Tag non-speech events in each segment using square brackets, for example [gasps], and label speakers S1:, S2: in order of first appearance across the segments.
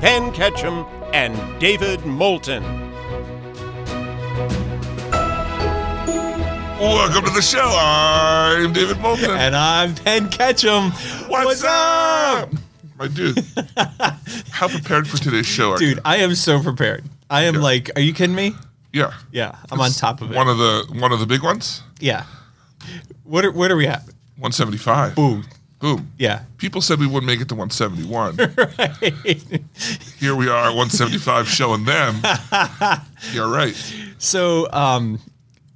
S1: Penn Ketchum and David Moulton.
S2: Welcome to the show. I'm David Moulton.
S3: And I'm Penn Ketchum.
S2: What's, up? My
S3: [laughs]
S2: dude, how prepared for today's show are
S3: Dude,
S2: you?
S3: I am so prepared. I am like, are you kidding me?
S2: Yeah.
S3: Yeah, I'm on top of it.
S2: One of the one of the big ones.
S3: yeah. What are, what are we at?
S2: 175.
S3: Boom.
S2: Boom.
S3: Yeah. [laughs]
S2: People said we wouldn't make it to 171. Here we are at 175 showing
S3: [laughs]
S2: them. You're right.
S3: so, um,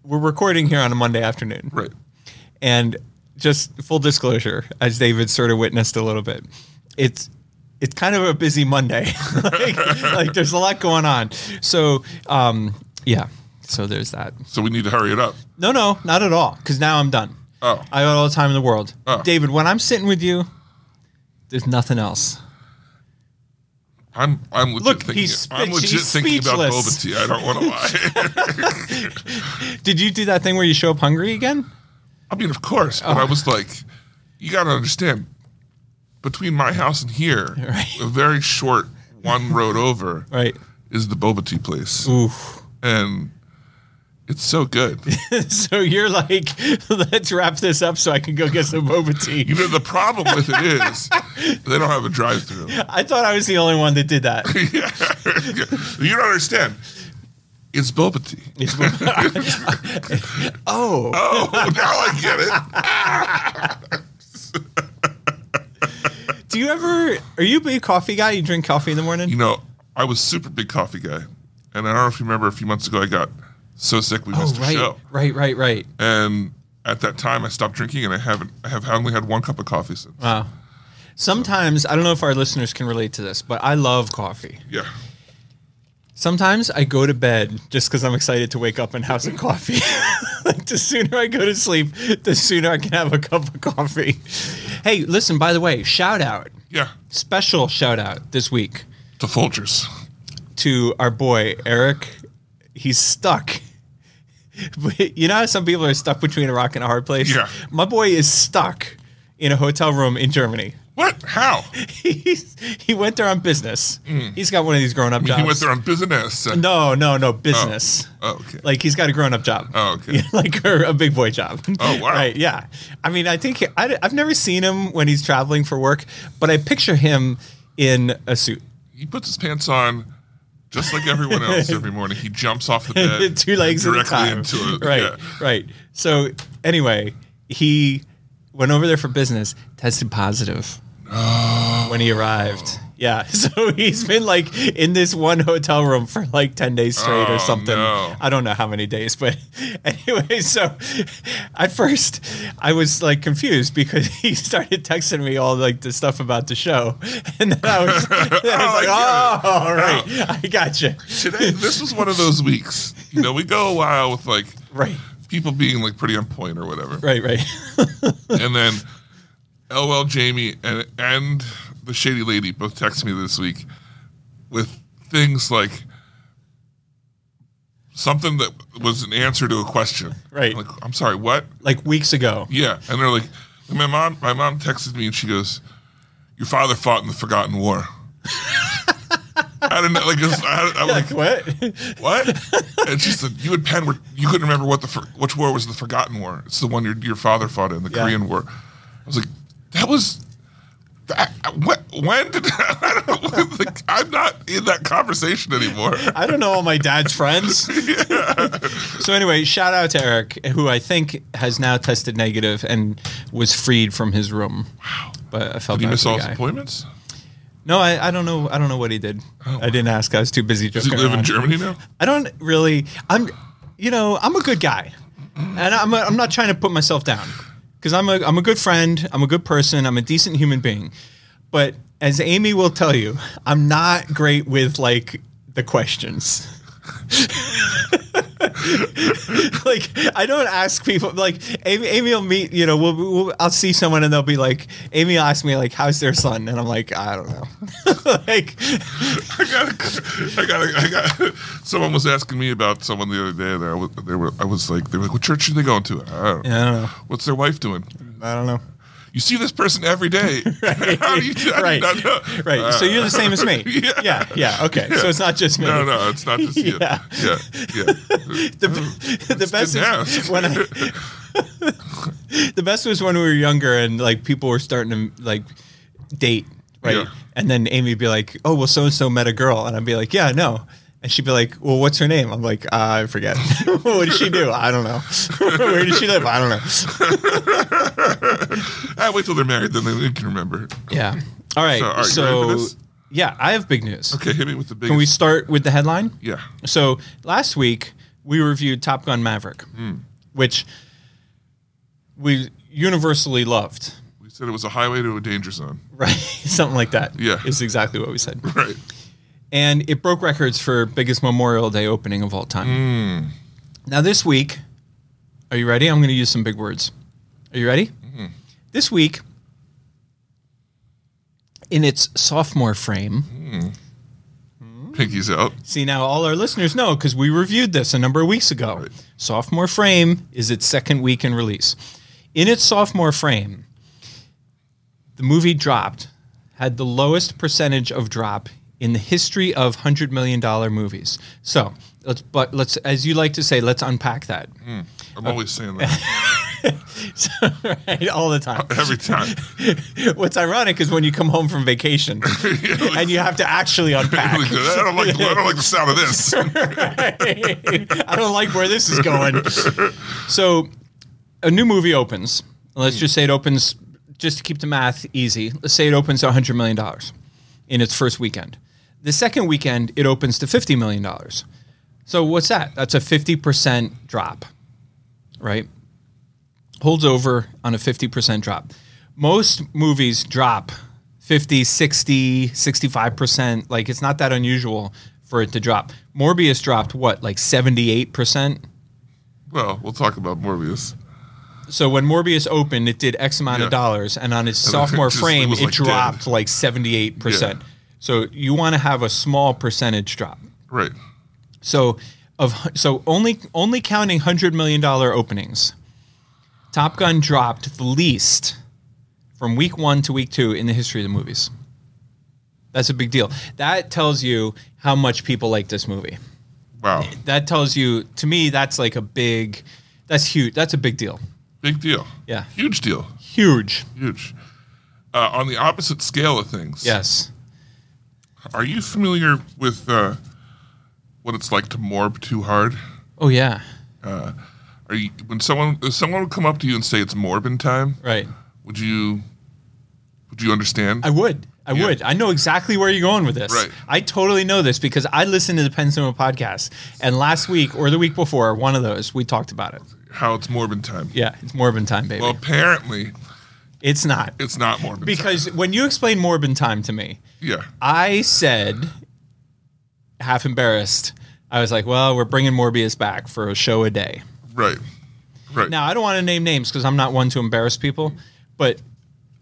S3: we're recording here on a Monday afternoon.
S2: Right.
S3: And just full disclosure, as David sort of witnessed a little bit, it's it's kind of a busy Monday. [laughs] like, like there's a lot going on. So, um, yeah. So there's that.
S2: So we need to hurry it up.
S3: No, no, not at all. Because now I'm done.
S2: Oh.
S3: I got all the time in the world.
S2: Oh.
S3: David, when I'm sitting with you, there's nothing else.
S2: I'm I'm legit
S3: Look,
S2: thinking
S3: he's
S2: I'm
S3: speech-
S2: legit
S3: he's
S2: thinking about boba
S3: speechless.
S2: tea. I don't
S3: [laughs]
S2: want to lie.
S3: Did you do that thing where you show up hungry again?
S2: I mean, of course, but I was
S3: Oh.
S2: like, you got to understand, between my house and
S3: [laughs]
S2: here, a very short one road over
S3: Right.
S2: is the boba tea place,
S3: Oof.
S2: and it's so good.
S3: [laughs] so you're like, [laughs] let's wrap this up so I can go get some boba
S2: You
S3: tea.
S2: know, the problem with it is they don't have a
S3: [laughs]
S2: drive-through.
S3: I thought I was the only one that did that.
S2: [laughs]
S3: [laughs]
S2: you don't understand. It's boba tea.
S3: Oh,
S2: Oh, [laughs] now I get it.
S3: do you ever? Are you a big coffee guy? You drink coffee in the morning?
S2: You know, I was super big coffee guy, and I don't know if you remember a few months ago I got so sick we
S3: oh,
S2: missed a
S3: right,
S2: show.
S3: right, right, right.
S2: and at that time I stopped drinking and I haven't I have only had one cup of coffee since.
S3: Wow. Sometimes I don't know if our listeners can relate to this, but I love coffee.
S2: yeah.
S3: Sometimes I go to bed just because I'm excited to wake up and
S2: [laughs]
S3: have some coffee. [laughs] like the sooner I go to sleep, the sooner I can have a cup of coffee. Hey, listen, by the way, shout out,
S2: Yeah.
S3: special shout out this week
S2: To Folgers.
S3: to our boy, Eric. He's stuck. [laughs] But you know how some people are stuck between a rock and a hard place?
S2: Yeah.
S3: My boy is stuck in a hotel room in Germany. [laughs]
S2: What? How?
S3: He's, he went there on business. He's got one of these grown up jobs.
S2: Mm. He went there on business. and-
S3: no, no, no, business.
S2: Oh, okay.
S3: Like he's got a grown up job. [laughs]
S2: Oh, okay.
S3: like or a big boy job.
S2: Oh, wow.
S3: [laughs] Right? Yeah. I mean, I think I, have never seen him when he's traveling for work, but I picture him in a suit.
S2: He puts his pants on just like everyone else
S3: [laughs]
S2: every morning. He jumps off the bed
S3: Two legs at a
S2: Uh, directly
S3: time.
S2: into it.
S3: right.
S2: Yeah.
S3: Right. So anyway, he went over there for business,
S2: [gasps]
S3: tested positive when he arrived. Yeah, [laughs] so he's been like in this one hotel room for like 10 days straight
S2: Oh,
S3: or something.
S2: no.
S3: I don't know how many days, but [laughs] anyway, so at first I was like confused because [laughs] he started texting me all like the stuff about the show. [laughs] And then I was, [laughs] then I
S2: [laughs]
S3: was
S2: Oh, I
S3: like,
S2: get
S3: oh, all right, I gotcha.
S2: Today this was one of those weeks. You know, we go a while with like
S3: Right,
S2: people being like pretty on point or whatever.
S3: right, right.
S2: And then LL Jamie and and the Shady Lady both texted me this week with things like something that was an answer to a question.
S3: Right.
S2: Like, I'm sorry, what?
S3: Like weeks ago.
S2: Yeah. And they're like, and my mom my mom texted me and she goes, Your father fought in the Forgotten War. [laughs] I don't know. Like, it's- I, I'm like,
S3: Like what? [laughs]
S2: what? And she said, "You and Penn were you couldn't remember what the for- which war was the Forgotten War. It's the one your your father fought in the
S3: Yeah.
S2: Korean War." I was like, "That was that, what, when did [laughs] I don't, like, I'm not in that conversation [laughs] anymore."
S3: I don't know all my
S2: [laughs]
S3: dad's friends. so anyway, shout out to Eric, who I think has now tested negative and was freed from his room. Wow! But I felt
S2: Did he
S3: bad
S2: miss
S3: for the
S2: all his
S3: guy.
S2: appointments?
S3: No, I, I don't know. I don't know what he did. I didn't ask. I was too busy
S2: Oh Does
S3: joking
S2: he live in
S3: around.
S2: Germany now?
S3: I don't really. I'm, you know, I'm a good guy, and I'm a, I'm not trying to put myself down because I'm a I'm a good friend. I'm a good person. I'm a decent human being, but as Amy will tell you, I'm not great with like the questions. [laughs] like I don't ask people like Amy, Amy will meet you know we'll, we'll I'll see someone and they'll be like Amy will ask me like how's their son and I'm like I don't know [laughs] like
S2: [laughs] I got, I got, I got. [laughs] Someone was asking me about someone the other day. That I was, they were, I was like, they were like, what church are they going to? I don't know.
S3: I don't know
S2: What's their wife doing?
S3: I don't know
S2: You see this person every day. [laughs] How do you? How
S3: [laughs] right
S2: Do you not know?
S3: right
S2: Uh,
S3: so you're the same as me
S2: [laughs] Yeah.
S3: yeah yeah okay so it's not just me
S2: No, no, it's not just you.
S3: Yeah.
S2: Yeah, yeah.
S3: [laughs] the, be- the best
S2: didn't
S3: is
S2: ask. [laughs]
S3: when I, the best was when we were younger and like people were starting to like date right
S2: Yeah.
S3: and then Amy'd be like oh well so and so met a girl and I'd be like yeah no and she'd be like well what's her name I'm like "Ah, I forget [laughs] what did she do I don't know [laughs] where did she live I don't know
S2: [laughs] I wait till they're married, then they can remember.
S3: yeah all right
S2: So, are you ready
S3: so,
S2: for this?
S3: yeah I have big news
S2: Okay, hit me with the big.
S3: can we start with the headline
S2: Yeah.
S3: So last week we reviewed Top Gun Maverick, which we universally loved, [laughs]
S2: We said it was a highway to a danger zone. [laughs]
S3: right? Something like that.
S2: Yeah.
S3: is exactly what we said.
S2: Right.
S3: And it broke records for biggest Memorial Day opening of all time. Now this week, are you ready? I'm going to use some big words. Are you ready? This week, in its sophomore frame.
S2: Pinky's out.
S3: See, now all our listeners know because we reviewed this a number of weeks ago. Sophomore Frame is its second week in release. In its sophomore frame, the movie dropped, had the lowest percentage of drop in the history of $100 million movies. So, let's, but let's, as you like to say, let's unpack that
S2: I'm always saying
S3: [laughs]
S2: that Mm.
S3: right, all the time.
S2: every time. [laughs]
S3: [laughs] What's ironic is when you come home from vacation and
S2: [laughs]
S3: you have to actually unpack.
S2: I don't like. I don't like the sound of
S3: [laughs]
S2: this.
S3: I don't like where this is going. So, a new movie opens. Let's just say it opens, just to keep the math easy, let's say it opens to $100 million in its first weekend. The second weekend, it opens to $50 million. So, what's that? That's a 50% drop, right? Holds over on a 50% drop. Most movies drop 50, 60, 65%. Like, it's not that unusual for it to drop. Morbius dropped what, like 78%?
S2: Well, we'll talk about Morbius.
S3: So when Morbius opened, it did X amount of
S2: Yeah.
S3: dollars, and on its
S2: And then [laughs] it
S3: sophomore
S2: just- it
S3: frame, it,
S2: was like dead.
S3: dropped like seventy-eight percent.
S2: Yeah.
S3: So you want to have a small percentage drop.
S2: Right.
S3: So of hu- so only only counting hundred million dollar openings, Top Gun dropped the least from week one to week two in the history of the movies. That's a big deal. That tells you how much people like this movie.
S2: Wow.
S3: That tells you to me that's like a big, that's huge. That's a big deal.
S2: Big deal.
S3: Yeah.
S2: Huge deal.
S3: Huge.
S2: Huge. Uh, on the opposite scale of things.
S3: Yes.
S2: Are you familiar with uh, what it's like to morb too hard?
S3: Oh yeah.
S2: Are you when someone if someone would come up to you and say it's morbin time?
S3: Right.
S2: Would you would you understand?
S3: I would. I
S2: Yeah.
S3: would. I know exactly where you're going with this.
S2: Right.
S3: I totally know this because I listened to the Penn Cinema podcast, and last week or the week before, one of those, we talked about it.
S2: How it's morbin time?
S3: Yeah, it's Morbin time, baby.
S2: Well, apparently
S3: it's not
S2: it's not morbin
S3: because when you explained Morbin time to me,
S2: yeah,
S3: I said, half embarrassed, I was like, "Well, we're bringing Morbius back for a show a day."
S2: right, right.
S3: Now, I don't want to name names because I'm not one to embarrass people, but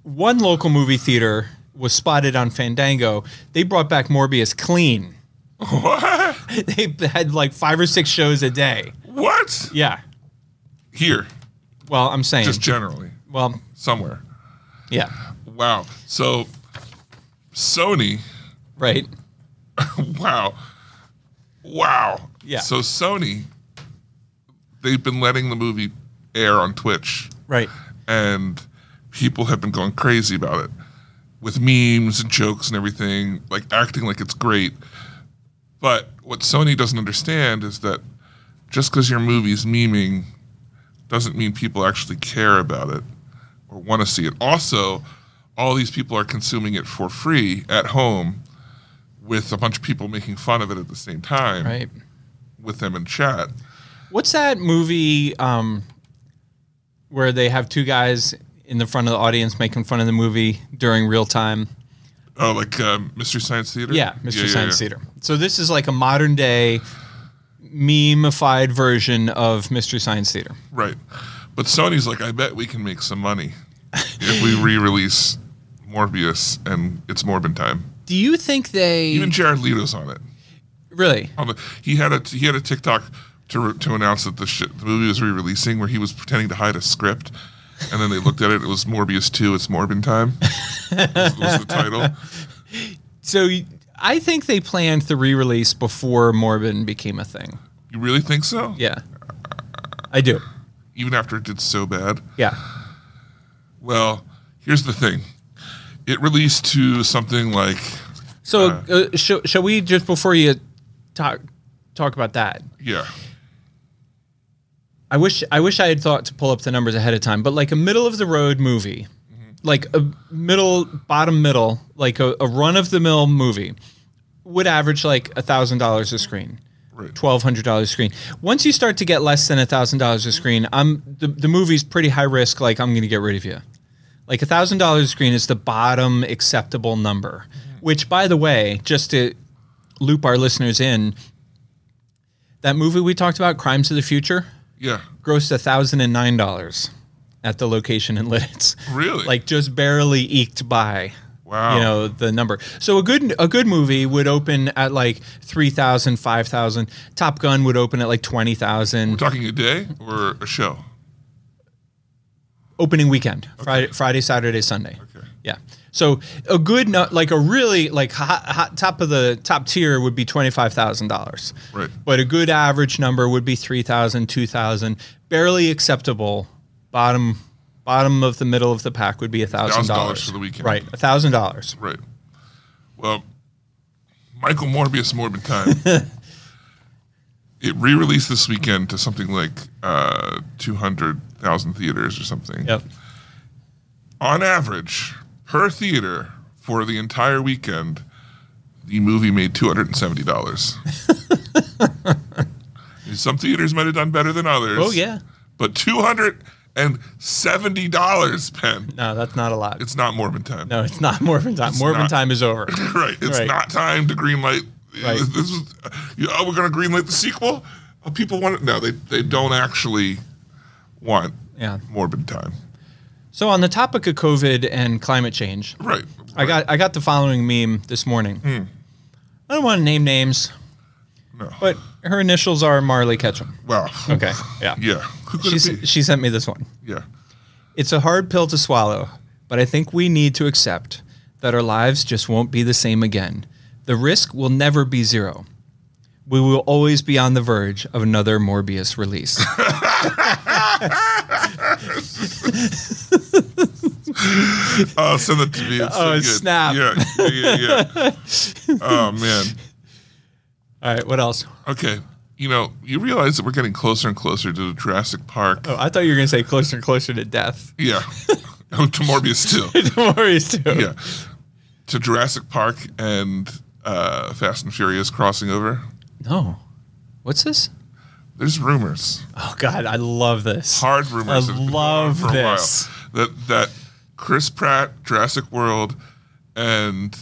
S3: one local movie theater was spotted on Fandango. They brought back Morbius clean.
S2: [laughs] what?
S3: [laughs] they had like five or six shows a day.
S2: What?
S3: Yeah.
S2: Here,
S3: Well, I'm saying.
S2: just generally,
S3: well,
S2: somewhere.
S3: yeah.
S2: Wow. So Sony.
S3: Right.
S2: [laughs] Wow. Wow.
S3: Yeah.
S2: So Sony, they've been letting the movie air on Twitch,
S3: Right.
S2: and people have been going crazy about it with memes and jokes and everything, like acting like it's great. But what Sony doesn't understand is that just because your movie's memeing doesn't mean people actually care about it or want to see it. Also, all these people are consuming it for free at home with a bunch of people making fun of it at the same time
S3: Right.
S2: with them in chat.
S3: What's that movie um, where they have two guys in the front of the audience making fun of the movie during real time?
S2: Oh, like um, Mystery Science Theater.
S3: Yeah, Mr.
S2: yeah,
S3: Science
S2: yeah.
S3: Theater. So this is like a modern day memeified version of Mr. Science Theater.
S2: Right. But Sony's like, I bet we can make some money if we re-release Morbius and it's Morbin time.
S3: Do you think they
S2: Even Jared Leto's on it.
S3: really?
S2: On the, he had a he had a TikTok to re- to announce that the shit, the movie was re-releasing where he was pretending to hide a script. And then they looked at it. It was Morbius 2. It's Morbin time. [laughs] was, was the title.
S3: So y- I think they planned the re-release before Morbin became a thing.
S2: You really think so?
S3: Yeah, I do.
S2: Even after it did so bad.
S3: Yeah,
S2: Well, here's the thing. It released to something like
S3: So, uh, sh- shall we just before you talk talk about that?
S2: yeah,
S3: I wish I wish I had thought to pull up the numbers ahead of time, but like a middle of the road movie, like a middle bottom middle, like a, a run of the mill movie, would average like a thousand dollars a screen,
S2: Right.
S3: twelve hundred dollars a screen. Once you start to get less than a thousand dollars a screen, I'm the, the movie's pretty high risk. Like I'm going to get rid of you. Like a thousand dollars a screen is the bottom acceptable number, which by the way, just to loop our listeners in. That movie we talked about, Crimes of the Future,
S2: yeah,
S3: grossed thousand and nine dollars at the location in Lidditz.
S2: Really?
S3: Like just barely eked by.
S2: Wow.
S3: You know the number. So a good a good movie would open at like 3,000, 5,000. Top Gun would open at like twenty
S2: We're
S3: thousand.
S2: talking a day or a show?
S3: Opening weekend, Friday, Friday, Saturday, Sunday.
S2: Okay.
S3: Yeah. So a good nu- like a really like hot, hot top of the top tier would be twenty five thousand dollars.
S2: Right.
S3: But a good average number would be 3,000, 2,000. Barely acceptable. Bottom bottom of the middle of the pack would be $1,000.
S2: $1,000 for the weekend.
S3: Right, $1,000.
S2: Right. Well, Michael Morbius Morbid Time.
S3: [laughs]
S2: it re released this weekend to something like uh, 200,000 theaters or something.
S3: Yep.
S2: On average, per theater for the entire weekend, the movie made
S3: [laughs]
S2: $270. Some theaters might have done better than others.
S3: Oh yeah.
S2: But $270, Penn.
S3: No, that's not a lot.
S2: It's not Morbid Time.
S3: no, it's not [laughs] Mormon time. Mormon
S2: not.
S3: time is over.
S2: [laughs] Right. It's
S3: Right.
S2: not time to greenlight.
S3: Right.
S2: This is, you- oh, we're going to greenlight the sequel. Oh, people want it. No, they they don't actually want
S3: Yeah.
S2: morbid time.
S3: So on the topic of COVID and climate change,
S2: Right.
S3: I got I got the following meme this morning. I don't want to name names,
S2: no.
S3: but her initials are Marley Ketchum.
S2: Wow.
S3: Okay. Yeah.
S2: Yeah. Who could
S3: She's,
S2: it be?
S3: she sent me this one.
S2: yeah.
S3: It's a hard pill to swallow, but I think we need to accept that our lives just won't be the same again. The risk will never be zero. We will always be on the verge of another Morbius release.
S2: Oh, send it to me. It's so
S3: Oh,
S2: good.
S3: snap.
S2: Yeah. Yeah. Yeah. yeah.
S3: [laughs]
S2: oh man.
S3: [laughs] All right, what else?
S2: Okay. You know, you realize that we're getting closer and closer to Jurassic Park.
S3: Oh, I thought you were going to say closer and closer to death.
S2: Yeah. [laughs] oh, to Morbius too.
S3: [laughs] Morbius
S2: [laughs]
S3: too.
S2: yeah. To Jurassic Park and uh, Fast and Furious crossing over.
S3: No. What's this?
S2: There's rumors,
S3: Oh god, I love this.
S2: hard rumors.
S3: I
S2: that have been going on
S3: love
S2: for a while,
S3: this.
S2: that that Chris Pratt, Jurassic World, and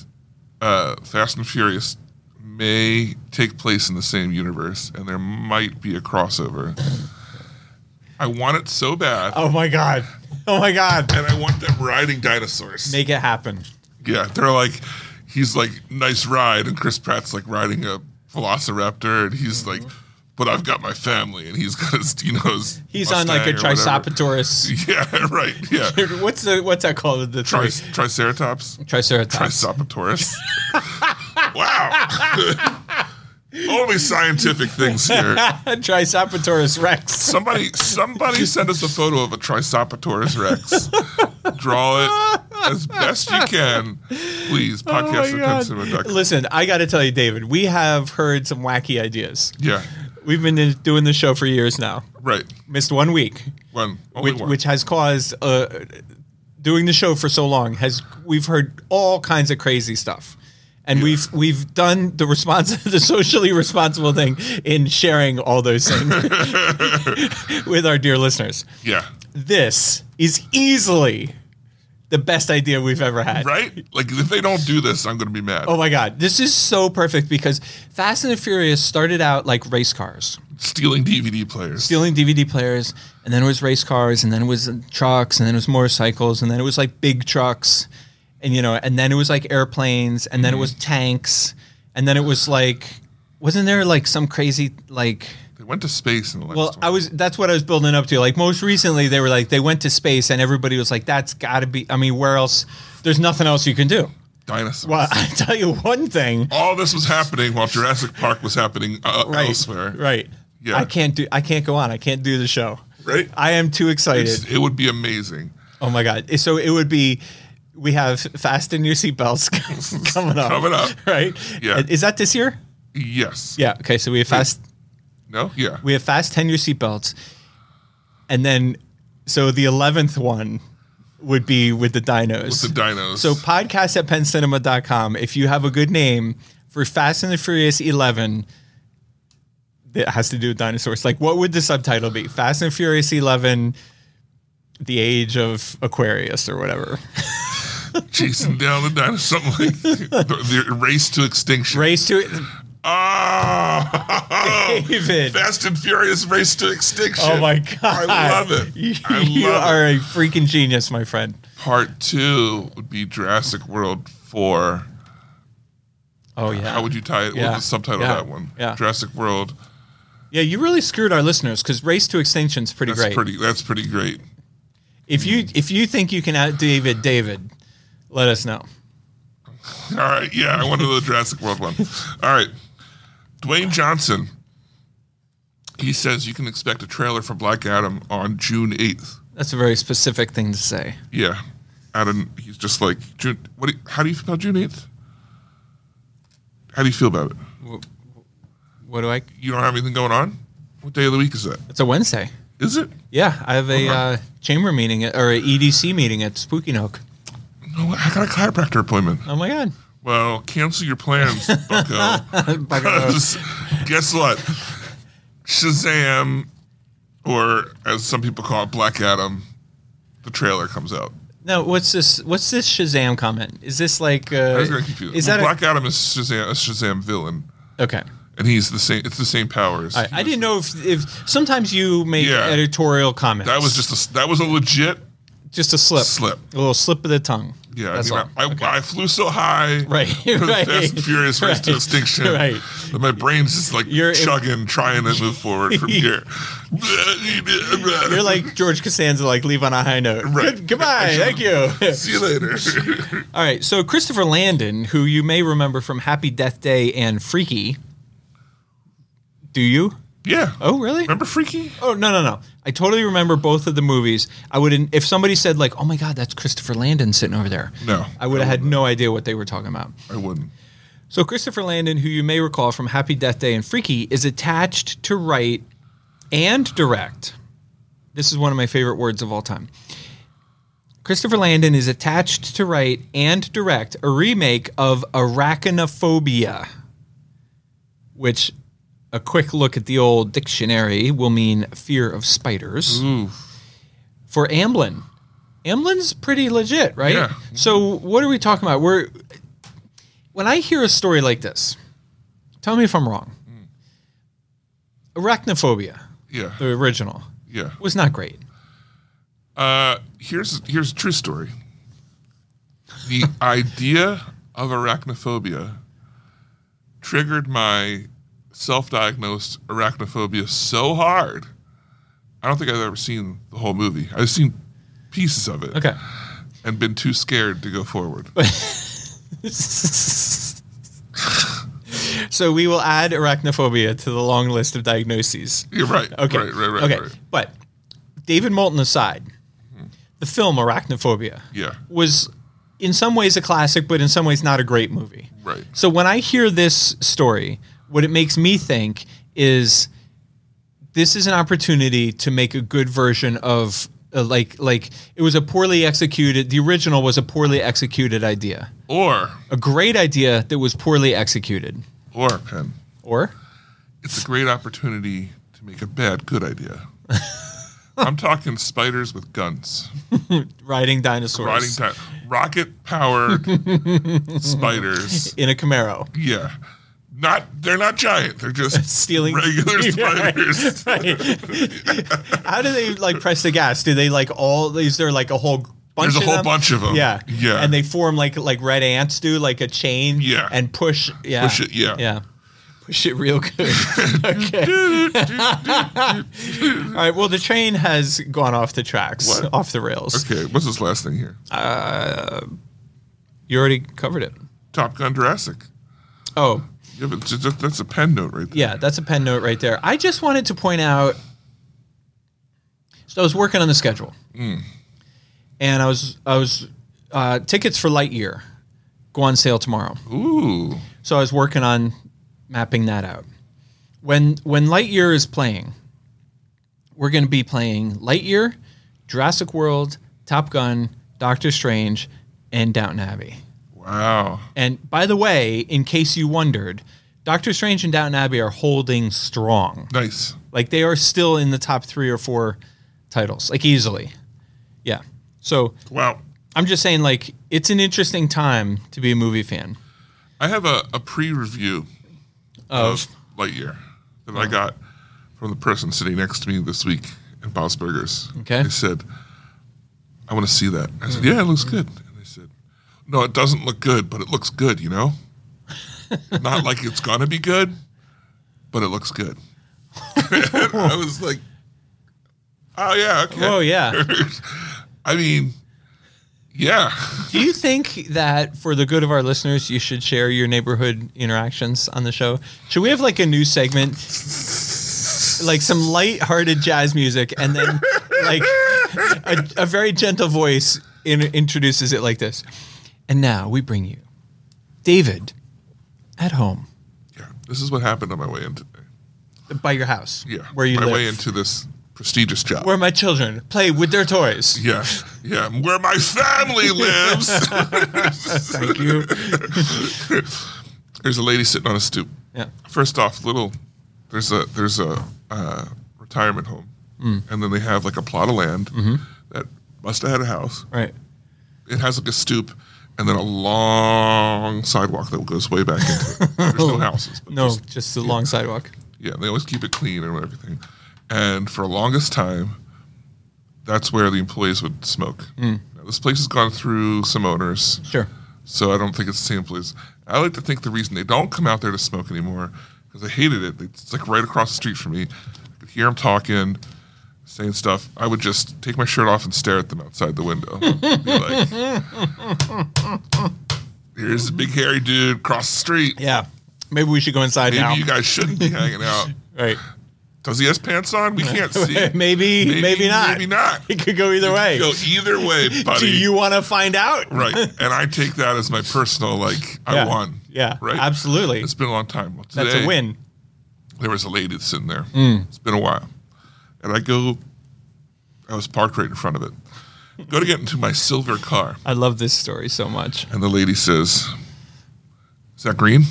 S2: uh, Fast and Furious may take place in the same universe, and there might be a crossover. I want it so bad,
S3: Oh my god. Oh my god.
S2: and I want them riding dinosaurs.
S3: Make it happen.
S2: Yeah, they're like, he's like, nice ride, and Chris Pratt's like riding a velociraptor, and he's
S3: Mm-hmm.
S2: like, but I've got my family, and he's got his [laughs] Dino's.
S3: He's on like a Triceratops.
S2: [laughs]
S3: [laughs]
S2: Yeah, right. Yeah,
S3: what's the what's that called? The
S2: Tri- Triceratops,
S3: Triceratops.
S2: Triceratops.
S3: [laughs]
S2: wow. [laughs] Only scientific things here.
S3: [laughs] Triceratops Rex.
S2: Somebody, somebody, send us a photo of a Triceratops
S3: [laughs]
S2: Rex. Draw it as best you can, please. Podcast at PenSinema.com.
S3: Oh Listen, I got to tell you, David, we have heard some wacky ideas.
S2: Yeah,
S3: We've been in- doing this show for years now.
S2: right.
S3: Missed one week,
S2: One, only
S3: which,
S2: one.
S3: which has caused uh, doing the show for so long has we've heard all kinds of crazy stuff. And we've we've done the response [laughs] the socially responsible thing in sharing all those things with our dear listeners.
S2: yeah,
S3: This is easily the best idea we've ever had.
S2: right? Like if they don't do this, I'm going to be mad.
S3: Oh my God. This is so perfect because Fast and the Furious started out like race cars,
S2: Stealing DVD players.
S3: stealing DVD players, and then it was race cars, and then it was trucks, and then it was motorcycles, and then it was like big trucks, and you know, and then it was like airplanes, and then it was tanks, and then it was like, wasn't there like some crazy, like,
S2: they went to space in the last
S3: well,
S2: one.
S3: I was. That's what I was building up to. Like most recently, they were like they went to space, and everybody was like, "That's got to be." I mean, where else? There's nothing else you can do.
S2: dinosaurs.
S3: Well, [laughs] I tell you one thing.
S2: All this was happening while Jurassic Park was happening uh,
S3: Right,
S2: elsewhere.
S3: Right.
S2: Yeah.
S3: I can't do. I can't go on. I can't do the show.
S2: Right.
S3: I am too excited.
S2: It's- it would be amazing.
S3: oh my god. So it would be. We have fasten your seatbelts [laughs] coming up.
S2: Coming up.
S3: Right.
S2: Yeah.
S3: Is that this year?
S2: Yes.
S3: Yeah. Okay. So we have fast.
S2: No. Yeah.
S3: We have fast ten your seatbelts, and then so the eleventh one would be with the dinos.
S2: the dinos.
S3: So podcast at penncinema.com. If you have a good name for Fast and the Furious 11 that has to do with dinosaurs, like what would the subtitle be? Fast and Furious 11, The Age of Aquarius or whatever.
S2: chasing down the dinosaurs, something
S3: [laughs]
S2: like the, the race to extinction.
S3: Race
S2: [laughs]
S3: to it.
S2: Ah, [laughs]
S3: David.
S2: Fast and Furious race to extinction.
S3: Oh my God.
S2: I love
S3: [laughs]
S2: it. I love
S3: you
S2: it.
S3: are a freaking genius, my friend.
S2: Part two would be Jurassic World Four.
S3: Oh, yeah.
S2: How would you tie it?
S3: Yeah.
S2: What's the subtitle
S3: Yeah.
S2: of that one?
S3: Yeah.
S2: Jurassic World.
S3: yeah, you really screwed our listeners because Race to Extinction's pretty
S2: That's
S3: great.
S2: pretty. That's pretty great. [laughs]
S3: if you if you think you can out David David, let us know.
S2: All right. Yeah, I want to do the Jurassic World one. All right. Dwayne Johnson. He says you can expect a trailer for Black Adam on June eighth.
S3: That's a very specific thing to say.
S2: Yeah. Adam, he's just like June. What? Do you, how do you feel about June eighth? How do you feel about it?
S3: What do I?
S2: You don't have anything going on. What day of the week is that?
S3: It's a Wednesday.
S2: Is it?
S3: Yeah, I have
S2: Uh-huh.
S3: a uh, chamber meeting at, or an EDC meeting at Spooky Nook.
S2: No, I got a chiropractor appointment.
S3: Oh my [laughs] god!
S2: Well, cancel your plans, Bucko. [laughs] Because guess what? Shazam, or as some people call it, Black Adam, the trailer comes out.
S3: No, what's this? What's this Shazam comment? Is this like? Uh,
S2: I was getting confused.
S3: Is that a-
S2: Black Adam is Shazam, a Shazam villain,
S3: okay?
S2: and he's the same. It's the same powers.
S3: I, I didn't know if, if sometimes you make
S2: Yeah.
S3: editorial comments.
S2: That was just a, that was a legit
S3: just a slip,
S2: slip.
S3: a little slip of the tongue.
S2: Yeah,
S3: that's
S2: I,
S3: all.
S2: mean, I, I- I flew so high,
S3: [laughs] Right,
S2: for the [laughs]
S3: right,
S2: Fast and
S3: [laughs]
S2: Furious race to
S3: right,
S2: extinction,
S3: right.
S2: That my brain's just like
S3: You're in-
S2: chugging, trying to move forward
S3: [laughs]
S2: from here.
S3: You're like George Costanza, like leave on a high note.
S2: Right.
S3: Good, goodbye. Thank you.
S2: [laughs] see you later.
S3: [laughs] All right. So Christopher Landon, who you may remember from Happy Death Day and Freaky. Do you?
S2: yeah.
S3: Oh, really?
S2: remember Freaky?
S3: Oh no no no! I totally remember both of the movies. I wouldn't if somebody said like, "Oh my God, that's Christopher Landon sitting over there."
S2: No,
S3: I would have had no idea what they were talking about.
S2: I wouldn't.
S3: So Christopher Landon, who you may recall from Happy Death Day and Freaky, is attached to write and direct. This is one of my favorite words of all time. Christopher Landon is attached to write and direct a remake of Arachnophobia, which a quick look at the old dictionary will mean fear of spiders. For Amblin. Amblin's pretty legit, right?
S2: Yeah.
S3: So what are we talking about? We're when I hear a story like this, tell me if I'm wrong. Arachnophobia,
S2: Yeah,
S3: the original,
S2: yeah.
S3: was not great.
S2: Uh, here's here's a true story.
S3: [laughs]
S2: The idea of arachnophobia triggered my self-diagnosed arachnophobia so hard. I don't think I've ever seen the whole movie. I've seen pieces of it
S3: Okay.
S2: and been too scared to go
S3: [laughs]
S2: forward.
S3: so we will add arachnophobia to the long list of diagnoses.
S2: You're right.
S3: Okay.
S2: Right, right, right.
S3: okay.
S2: right. Hmm.
S3: But David Moulton aside, the film Arachnophobia
S2: Yeah.
S3: was in some ways a classic, but in some ways not a great movie.
S2: Right.
S3: So when I hear this story, what it makes me think is this is an opportunity to make a good version of uh, like like it was a poorly executed the original was a poorly executed idea.
S2: Or
S3: A great idea that was poorly executed.
S2: or pen.
S3: Or [laughs]
S2: It's a great opportunity to make a bad good idea. I'm talking spiders with guns,
S3: riding dinosaurs
S2: riding time, rocket
S3: [laughs]
S2: powered spiders.
S3: in
S2: [laughs]
S3: a Camaro.
S2: Yeah, not they're not giant. They're just
S3: [laughs] Stealing
S2: regular
S3: Right,
S2: spiders.
S3: right. How do they like press the gas? Do they like all? Is there like a whole bunch?
S2: There's a
S3: of
S2: whole
S3: them?
S2: bunch of 'em.
S3: Yeah,
S2: Yeah.
S3: And they form like like red ants do, like a chain.
S2: Yeah.
S3: and push. Yeah,
S2: Push it, yeah.
S3: yeah. Push it
S2: [laughs]
S3: real good. okay. all right. Well, the train has gone off the tracks,
S2: What?
S3: off the rails.
S2: Okay, what's this last thing here?
S3: Uh, You already covered it.
S2: Top Gun Jurassic.
S3: Oh,
S2: Yeah, but ju- ju- that's a pen note right there.
S3: yeah, that's a pen note right there. I just wanted to point out. So I was working on the schedule, and I was I was uh, tickets for Lightyear go on sale tomorrow.
S2: Ooh,
S3: So I was working on mapping that out. When when Lightyear is playing, we're going to be playing Lightyear, Jurassic World, Top Gun, Doctor Strange, and Downton Abbey.
S2: wow.
S3: And by the way, in case you wondered, Doctor Strange and Downton Abbey are holding strong.
S2: Nice.
S3: Like they are still in the top three or four titles, like easily. Yeah. So
S2: Wow.
S3: I'm just saying, like, it's an interesting time to be a movie fan.
S2: I have a, a pre review of Lightyear that
S3: Uh-huh.
S2: I got from the person sitting next to me this week at Bob's Burgers.
S3: Okay. Mm-hmm.
S2: They said, I want to see that. I said, Yeah, it looks good. And they said, No, it doesn't look good, but it looks good, you
S3: [laughs]
S2: know? Not like it's going to be good, but it looks good. [laughs] I was like, Oh, yeah, okay.
S3: Oh yeah.
S2: I mean, yeah.
S3: [laughs]
S2: [laughs]
S3: Do you think that for the good of our listeners, you should share your neighborhood interactions on the show? Should we have like a new segment, like some light-hearted jazz music, and then like a, a very gentle voice in, introduces it like this? And now we bring you David at home
S2: Yeah. This is what happened on my way in today.
S3: by your house,
S2: Yeah.
S3: where you
S2: my
S3: live,
S2: way into this prestigious job.
S3: where my children play with their
S2: [laughs]
S3: toys.
S2: yeah. Yeah. Where my
S3: [laughs]
S2: family lives.
S3: Thank you.
S2: there's a lady sitting on a stoop.
S3: Yeah.
S2: First off, little there's a there's a uh, retirement home.
S3: Mm.
S2: And then they have like a plot of land
S3: Mm-hmm.
S2: that must have had a house.
S3: All right.
S2: It has like a stoop and then a long sidewalk that goes way back into it. There's
S3: [laughs]
S2: no houses. But
S3: No,
S2: just-
S3: just the long sidewalk.
S2: Yeah, they always keep it clean and everything. And for the longest time, that's where the employees would smoke. Now, this place has gone through some owners,
S3: Hmm. Sure.
S2: so I don't think it's the same place. I like to think the reason they don't come out there to smoke anymore because I hated it. It's like right across the street from me. I could hear them talking, saying stuff. I would just take my shirt off and stare at them outside the window. Be like, here's a big hairy dude across the street.
S3: Yeah. Maybe we should go inside
S2: Maybe
S3: now.
S2: you guys shouldn't be hanging
S3: [laughs]
S2: out.
S3: right.
S2: Does he has pants on? We can't [laughs] see.
S3: [laughs] maybe, maybe, not.
S2: Maybe not.
S3: It could go either way.
S2: Go either way, buddy.
S3: Do you want [laughs] to find out?
S2: right. And I take that as my personal, like, I
S3: Yeah.
S2: won.
S3: Yeah,
S2: Right?
S3: absolutely.
S2: It's been a long time. Well,
S3: That's
S2: today,
S3: a win. Mm.
S2: There was a lady that's sitting there. It's been a while. And I go, I was parked right in front of it. Go to get into my silver car.
S3: I love this story so much.
S2: And the lady says, Is that green?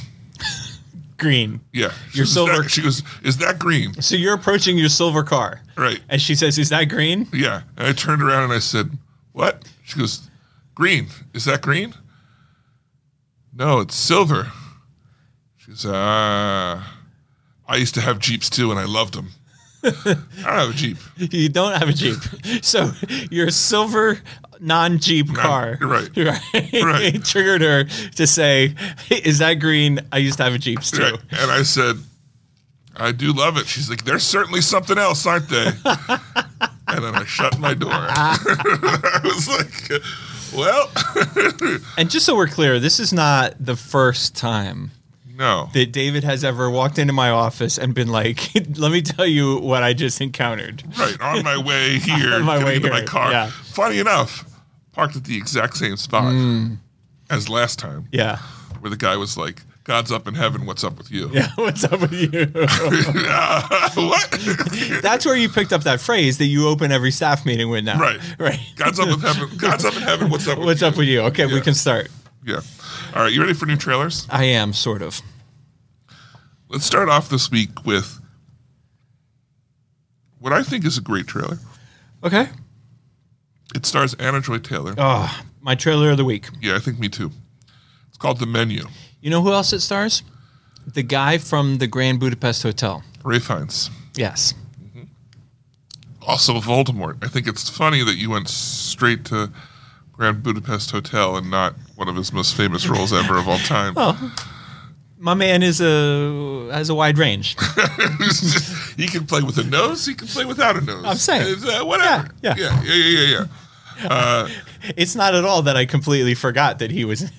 S3: Green.
S2: Yeah. She
S3: Your
S2: goes, "Is
S3: silver-
S2: that-" she goes, Is that green?
S3: So you're approaching your silver car.
S2: Right.
S3: And she says, Is that green?
S2: Yeah. And I turned around and I said, What? She goes, Green. Is that green? No, it's silver. She goes, Ah. I used to have Jeeps too and I loved them. I don't have a Jeep.
S3: You don't have
S2: [laughs]
S3: a Jeep. So your silver non Jeep car
S2: right.
S3: [laughs]
S2: Right.
S3: triggered her to say, Is that green? I used to have a Jeep too.
S2: Right. And I said, I do love it. She's like, They're certainly something else, aren't they? and then I shut my door. [laughs] I was like, Well, [laughs]
S3: And just so we're clear, this is not the first time
S2: no.
S3: that David has ever walked into my office and been like, [laughs] "Let me tell you what I just encountered."
S2: Right, on my way here,
S3: [laughs] On my
S2: getting
S3: way
S2: into my
S3: here,
S2: car.
S3: yeah.
S2: Funny enough, parked at the exact same spot as last time,
S3: Mm. Yeah, [laughs]
S2: where the guy was like, "God's up in heaven. What's up with you?" [laughs]
S3: yeah. What's up with you? [laughs]
S2: what?
S3: That's where you picked up that phrase that you open every staff meeting with now.
S2: Right.
S3: [laughs] right.
S2: [laughs] God's up with heaven. God's up in heaven. What's up? With
S3: What's
S2: you?
S3: up with you? Okay, we
S2: Yeah.
S3: can start.
S2: Yeah. All right. You ready for new trailers?
S3: I am sort of.
S2: Let's start off this week with what I think is a great trailer.
S3: Okay.
S2: It stars Anna Joy Taylor.
S3: Ah, my trailer of the week.
S2: Yeah, I think me too. It's called The Menu.
S3: You know who else it stars? The guy from the Grand Budapest Hotel.
S2: Ray Fiennes.
S3: Yes.
S2: Also Voldemort. I think it's funny that you went straight to Grand Budapest Hotel and not one of his most famous roles ever of all time. [laughs]
S3: My man is a has a wide range.
S2: he can play with a nose. He can play without a nose.
S3: I'm saying.
S2: It's, uh, whatever.
S3: Yeah,
S2: yeah, yeah, yeah, yeah. yeah.
S3: It's not at all that I completely forgot that he was [laughs]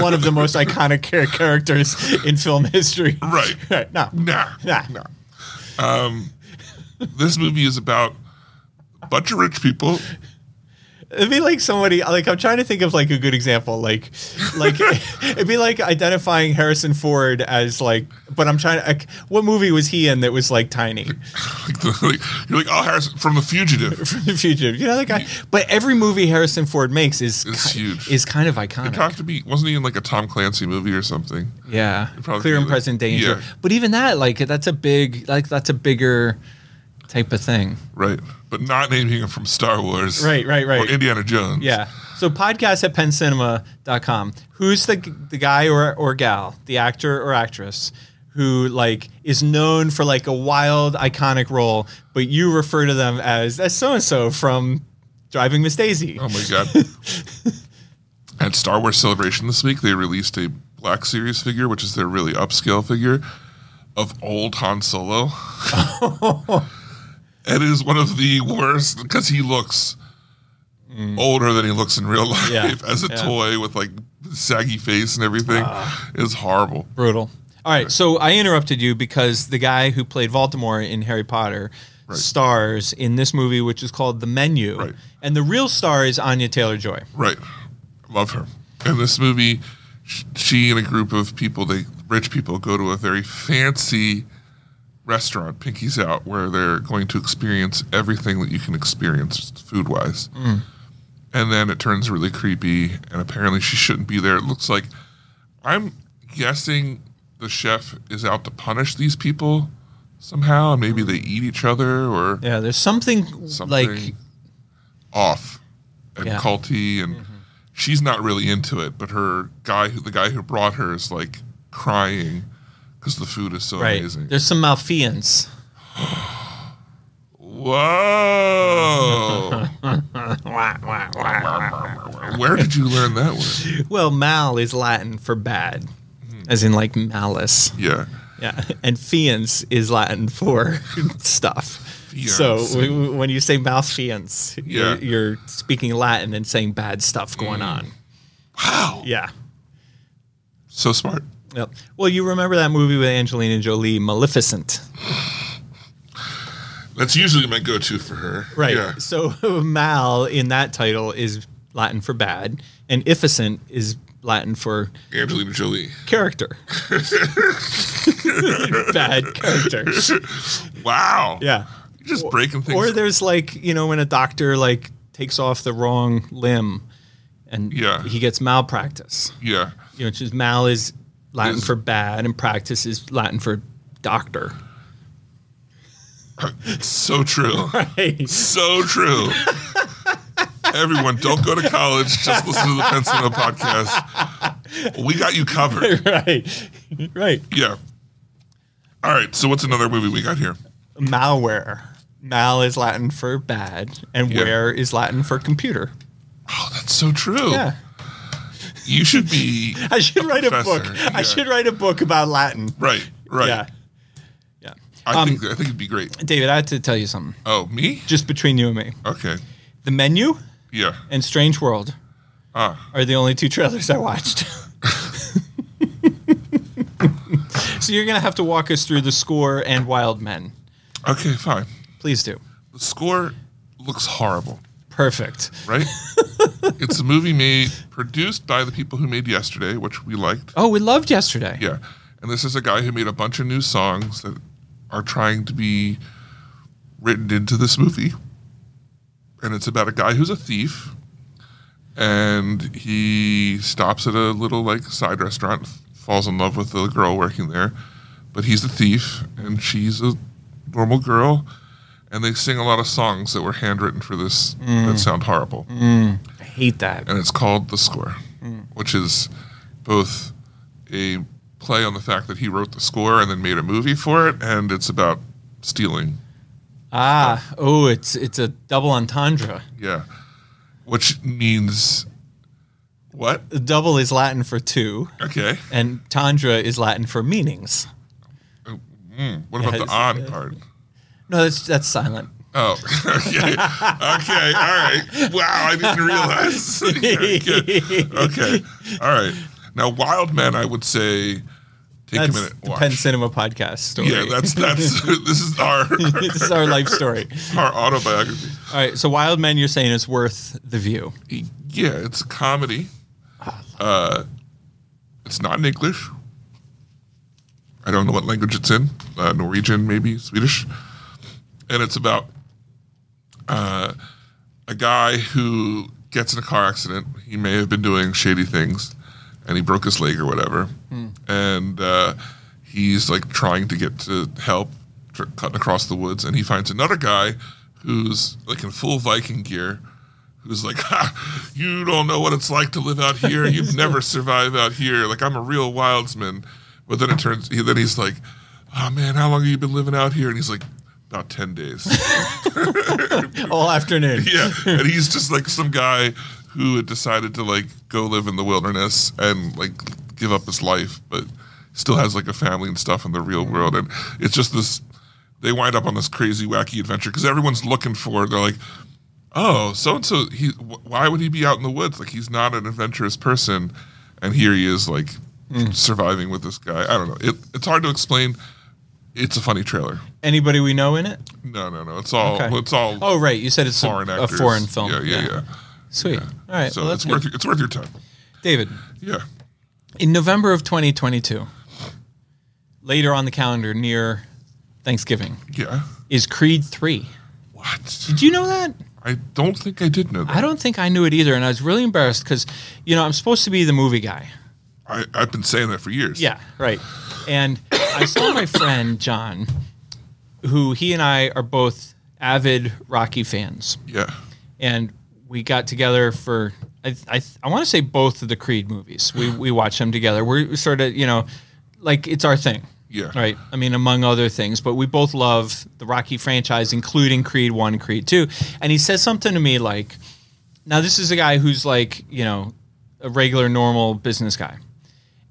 S3: one of the most iconic char- characters in film history.
S2: Right.
S3: [laughs] Right. No.
S2: Nah,
S3: Nah.
S2: nah. Um, this movie is about a bunch of rich people. [laughs]
S3: It'd be like somebody like I'm trying to think of like a good example. Like like [laughs] it'd be like identifying Harrison Ford as like but I'm trying to like, what movie was he in that was like tiny?
S2: Like, the, like you're like, oh, Harrison from The
S3: [laughs]
S2: Fugitive.
S3: From the future. You know that guy but every movie Harrison Ford makes is
S2: It's
S3: ki-
S2: huge.
S3: is kind of iconic.
S2: Talk to me. Wasn't he in like a Tom Clancy movie or something?
S3: Yeah,
S2: probably
S3: clear and
S2: would.
S3: present danger.
S2: Yeah.
S3: But even that, like, that's a big, like, that's a bigger type of thing.
S2: Right. But not naming him from Star Wars.
S3: Right, right, right.
S2: Or Indiana Jones.
S3: Yeah. So podcast at pencinema.com. Who's the the guy or or gal, the actor or actress who like is known for like a wild iconic role, but you refer to them as as so and so from Driving Miss Daisy.
S2: Oh my
S3: [laughs]
S2: god. At Star Wars Celebration this week, they released a Black Series figure, which is their really upscale figure of old Han
S3: [laughs]
S2: Solo. it is one of the worst because he looks older than he looks in real life
S3: Mm. Yeah,
S2: as a
S3: yeah. Ah.
S2: toy with like saggy face and everything. it's horrible.
S3: Brutal. All right, so I interrupted you because the guy who played Voldemort in Harry Potter stars in this movie, which is called The Menu,
S2: Right.
S3: and the real star is Anya Taylor Joy.
S2: Right. Love her. In this movie, sh- she and a group of people, they rich people, go to a very fancy restaurant, Pinky's Out, where they're going to experience everything that you can experience food wise. And then it turns really creepy, and apparently she shouldn't be there. It looks like I'm guessing the chef is out to punish these people somehow, and maybe they eat each other or
S3: Yeah, there's something,
S2: something
S3: like
S2: off and
S3: Yeah.
S2: culty and she's not really into it but her guy who the guy who brought her is like crying because the food is so
S3: right.
S2: amazing
S3: There's some malfeasance.
S2: whoa where did you learn that word
S3: [laughs] Well, mal is Latin for bad,
S2: Hmm.
S3: as in like malice.
S2: yeah
S3: Yeah, [laughs] and fiance is Latin for
S2: [laughs]
S3: stuff. So
S2: Fiance.
S3: w- w- when you say malfeasance,
S2: Yeah. Hmm.
S3: you're, you're speaking Latin and saying bad stuff going on.
S2: wow
S3: Yeah.
S2: so smart
S3: Yep. Well, you remember that movie with Angelina Jolie, Maleficent,
S2: that's usually my go-to for her
S3: right?
S2: yeah
S3: So [laughs] mal in that title is Latin for bad, and ificent is Latin for
S2: angelina jolie [laughs]
S3: character. [laughs] bad character.
S2: wow
S3: Yeah.
S2: You're just breaking things
S3: Or there's like, you know, when a doctor like takes off the wrong limb and
S2: Yeah.
S3: he gets malpractice.
S2: yeah
S3: You know, which is mal is Latin
S2: Is-
S3: for bad and practice is Latin for doctor.
S2: so
S3: [laughs]
S2: true
S3: Hey.
S2: so true. Everyone, don't go to college. Just listen to the Pencil podcast. We got you covered.
S3: right. Right.
S2: Yeah. All right. So, what's another movie we got here?
S3: Malware. Mal is Latin for bad and
S2: Yeah.
S3: ware is Latin for computer.
S2: Oh, that's so true.
S3: Yeah.
S2: You should be
S3: I should write a book.
S2: Oh, professor, yeah.
S3: I should write a book about Latin.
S2: right. Right.
S3: Yeah. Um, Yeah.
S2: I think I think it'd be great.
S3: David, I have to tell you something.
S2: Oh, me?
S3: Just between you and me.
S2: Okay.
S3: The menu
S2: Yeah.
S3: and Strange World
S2: Ah.
S3: are the only two trailers I watched. [laughs] so you're gonna have to walk us through the score and Wild Men.
S2: Okay. Fine.
S3: Please do.
S2: The score looks horrible.
S3: Perfect. [laughs]
S2: Right. it's a movie made produced by the people who made Yesterday, which we liked.
S3: Oh, we loved yesterday.
S2: Yeah. And this is a guy who made a bunch of new songs that are trying to be written into this movie. And it's about a guy who's a thief. And he stops at a little like side restaurant, falls in love with the girl working there. But he's a thief and she's a normal girl. and they sing a lot of songs that were handwritten for this that sound horrible.
S3: Mm. I hate that. Mm.
S2: And it's called The Score, which is both a play on the fact that he wrote the score and then made a movie for it, and it's about stealing.
S3: Ah, oh, it's it's a double entendre.
S2: Yeah. Which means what?
S3: Double is Latin for two,
S2: Okay.
S3: and tandra is Latin for meanings.
S2: Mm, what about
S3: Yeah,
S2: the
S3: it's-
S2: odd part?
S3: No, that's that's silent.
S2: Oh, [laughs] okay. Okay. All right. Wow. I didn't realize. [laughs] okay. okay. All right. Now, Wild Men, I would say take
S3: That's
S2: a minute.
S3: the
S2: Watch.
S3: Penn Cinema podcast story.
S2: yeah,
S3: [laughs]
S2: that's that's [laughs] this is our
S3: this is our life story.
S2: our autobiography.
S3: All right, so Wild Men, you're saying is worth the view.
S2: Yeah, it's a comedy. Uh, it's not in English. I don't know what language it's in. Uh, Norwegian, maybe Swedish. And it's about uh, a guy who gets in a car accident. He may have been doing shady things, and he broke his leg or whatever. And uh, he's like trying to get to help, tr- cutting across the woods, and he finds another guy who's like in full Viking gear. Who's like, ha, you don't know what it's like to live out here. You'd never survive out here. Like, I'm a real wildsman. But then it turns, he, then he's like, oh man, how long have you been living out here? And he's like, about 10 days.
S3: All afternoon.
S2: [laughs] Yeah, and he's just like some guy who had decided to like go live in the wilderness and like give up his life, but still has like a family and stuff in the real world. And it's just this. They wind up on this crazy, wacky adventure because everyone's looking for. They're like, oh, so and so. He, wh- why would he be out in the woods? Like he's not an adventurous person, and here he is like
S3: Hmm.
S2: surviving with this guy. I don't know. It, it's hard to explain. It's a funny trailer.
S3: Anybody we know in it?
S2: No, no, no. It's all.
S3: Okay.
S2: It's all.
S3: Oh, right. You said it's a,
S2: foreign
S3: a
S2: actors.
S3: foreign film.
S2: Yeah, yeah, yeah.
S3: Sweet. All right.
S2: So
S3: well,
S2: it's
S3: that's good.
S2: worth it's worth your time.
S3: David,
S2: Yeah.
S3: in November of 2022, later on the calendar near Thanksgiving,
S2: Yeah.
S3: is Creed 3.
S2: What?
S3: Did you know that?
S2: I don't think I did know that.
S3: I don't think I knew it either. And I was really embarrassed because, you know, I'm supposed to be the movie guy.
S2: I, I've been saying that for years.
S3: Yeah, right. And I saw my friend John, who he and I are both avid Rocky fans,
S2: Yeah.
S3: and we got together for I I, I want to say both of the Creed movies.
S2: [sighs]
S3: We we watched them together. We're sort of you know like it's our thing.
S2: Yeah.
S3: Right. I mean, among other things, but we both love the Rocky franchise, including Creed One, Creed Two. And he says something to me like, "Now this is a guy who's like, you know, a regular, normal business guy,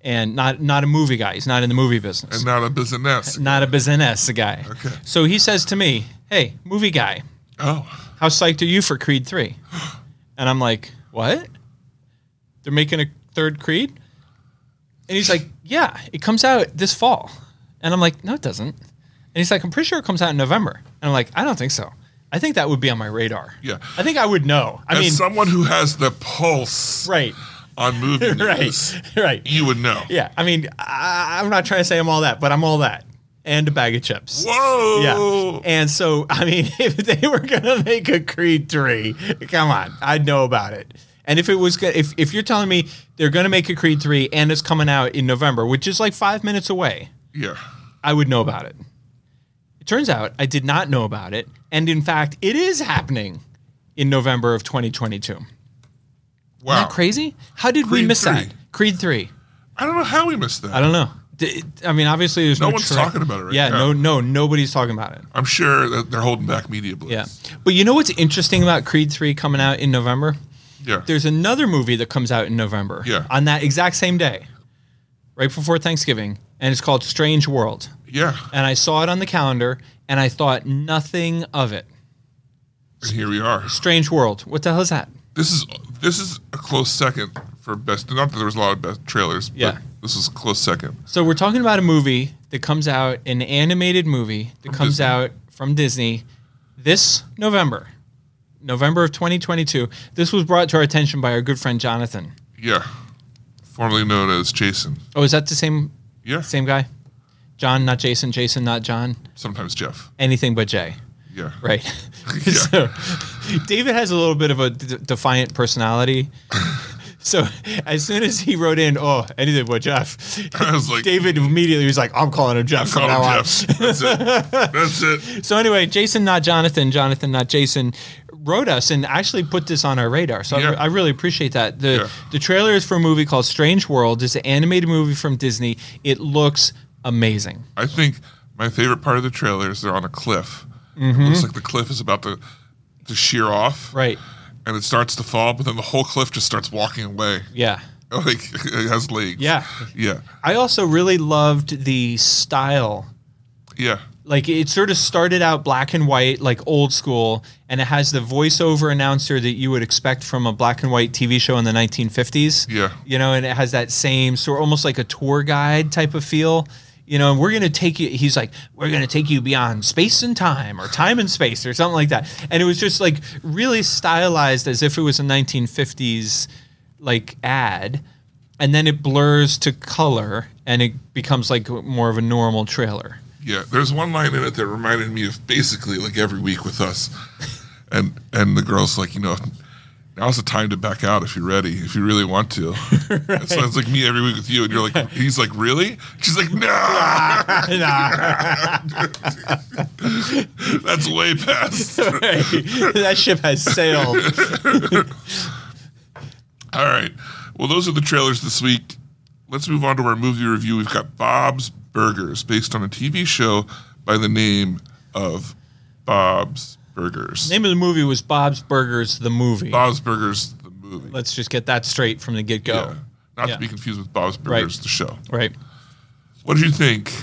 S3: and not not a movie guy. He's not in the movie business.
S2: And not a business.
S3: not a business guy.
S2: Okay.
S3: So he says to me, "Hey, movie guy,
S2: Oh.
S3: how psyched are you for Creed 3? And I'm like, what? They're making a third Creed? And he's like, yeah, it comes out this fall. And I'm like, no, it doesn't. And he's like, I'm pretty sure it comes out in November. And I'm like, I don't think so. I think that would be on my radar.
S2: Yeah.
S3: I think I would know. I
S2: As
S3: mean,
S2: someone who has the pulse [laughs]
S3: right,
S2: on
S3: [laughs]
S2: movie news,
S3: right, right.
S2: you would know.
S3: Yeah. I mean, I, I'm not trying to say I'm all that, but I'm all that. And a bag of chips. Yeah.
S2: Whoa.
S3: And so, [laughs] I mean, if they were going to make a Creed 3, come on, I'd know about it. And if it was, go- if, if you're telling me they're going to make a Creed 3 and it's coming out in November, which is like five minutes away,
S2: Yeah.
S3: I would know about it. It turns out I did not know about it. And in fact, it is happening in November of 2022. Isn't
S2: Wow.
S3: that crazy? How did we
S2: Creed
S3: miss
S2: 3.
S3: that? Creed 3.
S2: I don't know how we missed that.
S3: I don't know. D- I mean, obviously, there's no,
S2: No one's
S3: track-
S2: talking about it right
S3: yeah,
S2: now.
S3: no, no, nobody's talking about it.
S2: I'm sure that they're holding back media blitz.
S3: Yeah. But you know what's interesting about Creed 3 coming out in November?
S2: Yeah.
S3: There's another movie that comes out in November
S2: Yeah.
S3: on that exact same day, right before Thanksgiving, and it's called Strange World.
S2: yeah.
S3: And I saw it on the calendar and I thought nothing of it.
S2: And here we are.
S3: Strange World. What the hell is that?
S2: This is this is a close second for best. Not that there was a lot of best trailers. but
S3: Yeah.
S2: This is a close second.
S3: So we're talking about a movie that comes out, an animated movie that comes
S2: Disney.
S3: out from Disney this November, November of 2022. This was brought to our attention by our good friend Jonathan.
S2: Yeah. Formerly known as Jason.
S3: Oh, is that the same
S2: Yeah.
S3: Same guy? John, not Jason. Jason, not John.
S2: Sometimes Jeff.
S3: Anything but Jay.
S2: Yeah. [laughs]
S3: Right. [laughs]
S2: [laughs]
S3: so David has a little bit of a d- defiant personality. So as soon as he wrote in, oh, anything but Jeff,
S2: I was like,
S3: David immediately was like, I'm calling him Jeff from
S2: call
S3: now on.
S2: him Jeff. That's it. That's it.
S3: So anyway, Jason, not Jonathan, Jonathan, not Jason, wrote us and actually put this on our radar. So I-
S2: Yeah.
S3: I, really appreciate that. The
S2: Yeah.
S3: the trailer is for a movie called Strange World. It's an animated movie from Disney. It looks amazing.
S2: I think my favorite part of the trailer is they're on a cliff. It looks like the cliff is about to to shear off.
S3: Mm-hmm. Right.
S2: And it starts to fall, but then the whole cliff just starts walking away. [laughs]
S3: Yeah.
S2: Like it has legs.
S3: Yeah.
S2: Yeah.
S3: I also really loved the style
S2: Yeah.
S3: like it sort of started out black and white, like old school, and it has the voiceover announcer that you would expect from a black and white TV show in the 1950s.
S2: Yeah.
S3: You know, and it has that same sort almost like a tour guide type of feel. You know, and we're going to take you, he's like, we're going to take you beyond space and time or time and space or something like that. And it was just like really stylized as if it was a 1950s like ad. And then it blurs to color and it becomes like more of a normal trailer.
S2: Yeah. There's one line in it that reminded me of basically like every week with us. And and the girl's like, you know, now's the time to back out if you're ready, if you really want
S3: [laughs]
S2: to. It sounds like me every week with you, and you're like, he's like, really? She's like, no,
S3: [laughs]
S2: that's way past.
S3: Right. [laughs] that ship
S2: [laughs]
S3: has sailed.
S2: All right. Well, those are the trailers this week. Let's move on to our movie review. We've got Bob's Burgers, based on a TV show by the name of Bob's Burgers.
S3: Name of the movie was Bob's Burgers, the movie.
S2: Bob's Burgers, the movie.
S3: Let's just get that straight from the get go.
S2: Yeah. Not
S3: Yeah.
S2: to be confused with Bob's Burgers, the show.
S3: Right.
S2: What did you think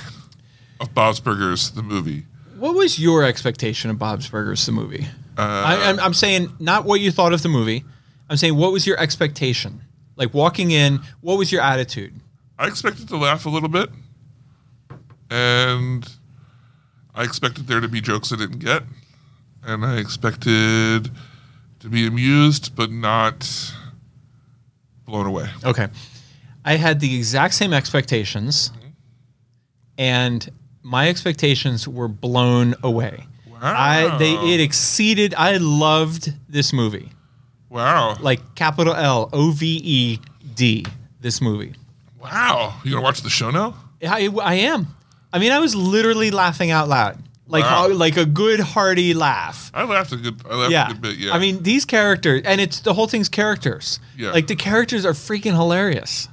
S2: of Bob's Burgers, the movie?
S3: What was your expectation of Bob's Burgers, the movie?
S2: Uh,
S3: I, I'm, I'm saying not what you thought of the movie. I'm saying what was your expectation? Like walking in, what was your attitude?
S2: I expected to laugh a little bit, and I expected there to be jokes I didn't get, and I expected to be amused but not blown away.
S3: Okay. I had the exact same expectations, and my expectations were blown away.
S2: Wow!
S3: I they it exceeded. I loved this movie.
S2: wow!
S3: like capital L O V E D. This movie.
S2: wow! You gonna watch the show now?
S3: I, I am. I mean, I was literally laughing out loud, like
S2: Wow.
S3: uh, like a good hearty laugh.
S2: I laughed a good. I laughed a
S3: Yeah.
S2: good bit. Yeah.
S3: I mean, these characters, and it's the whole thing's characters.
S2: Yeah.
S3: Like the characters are freaking hilarious.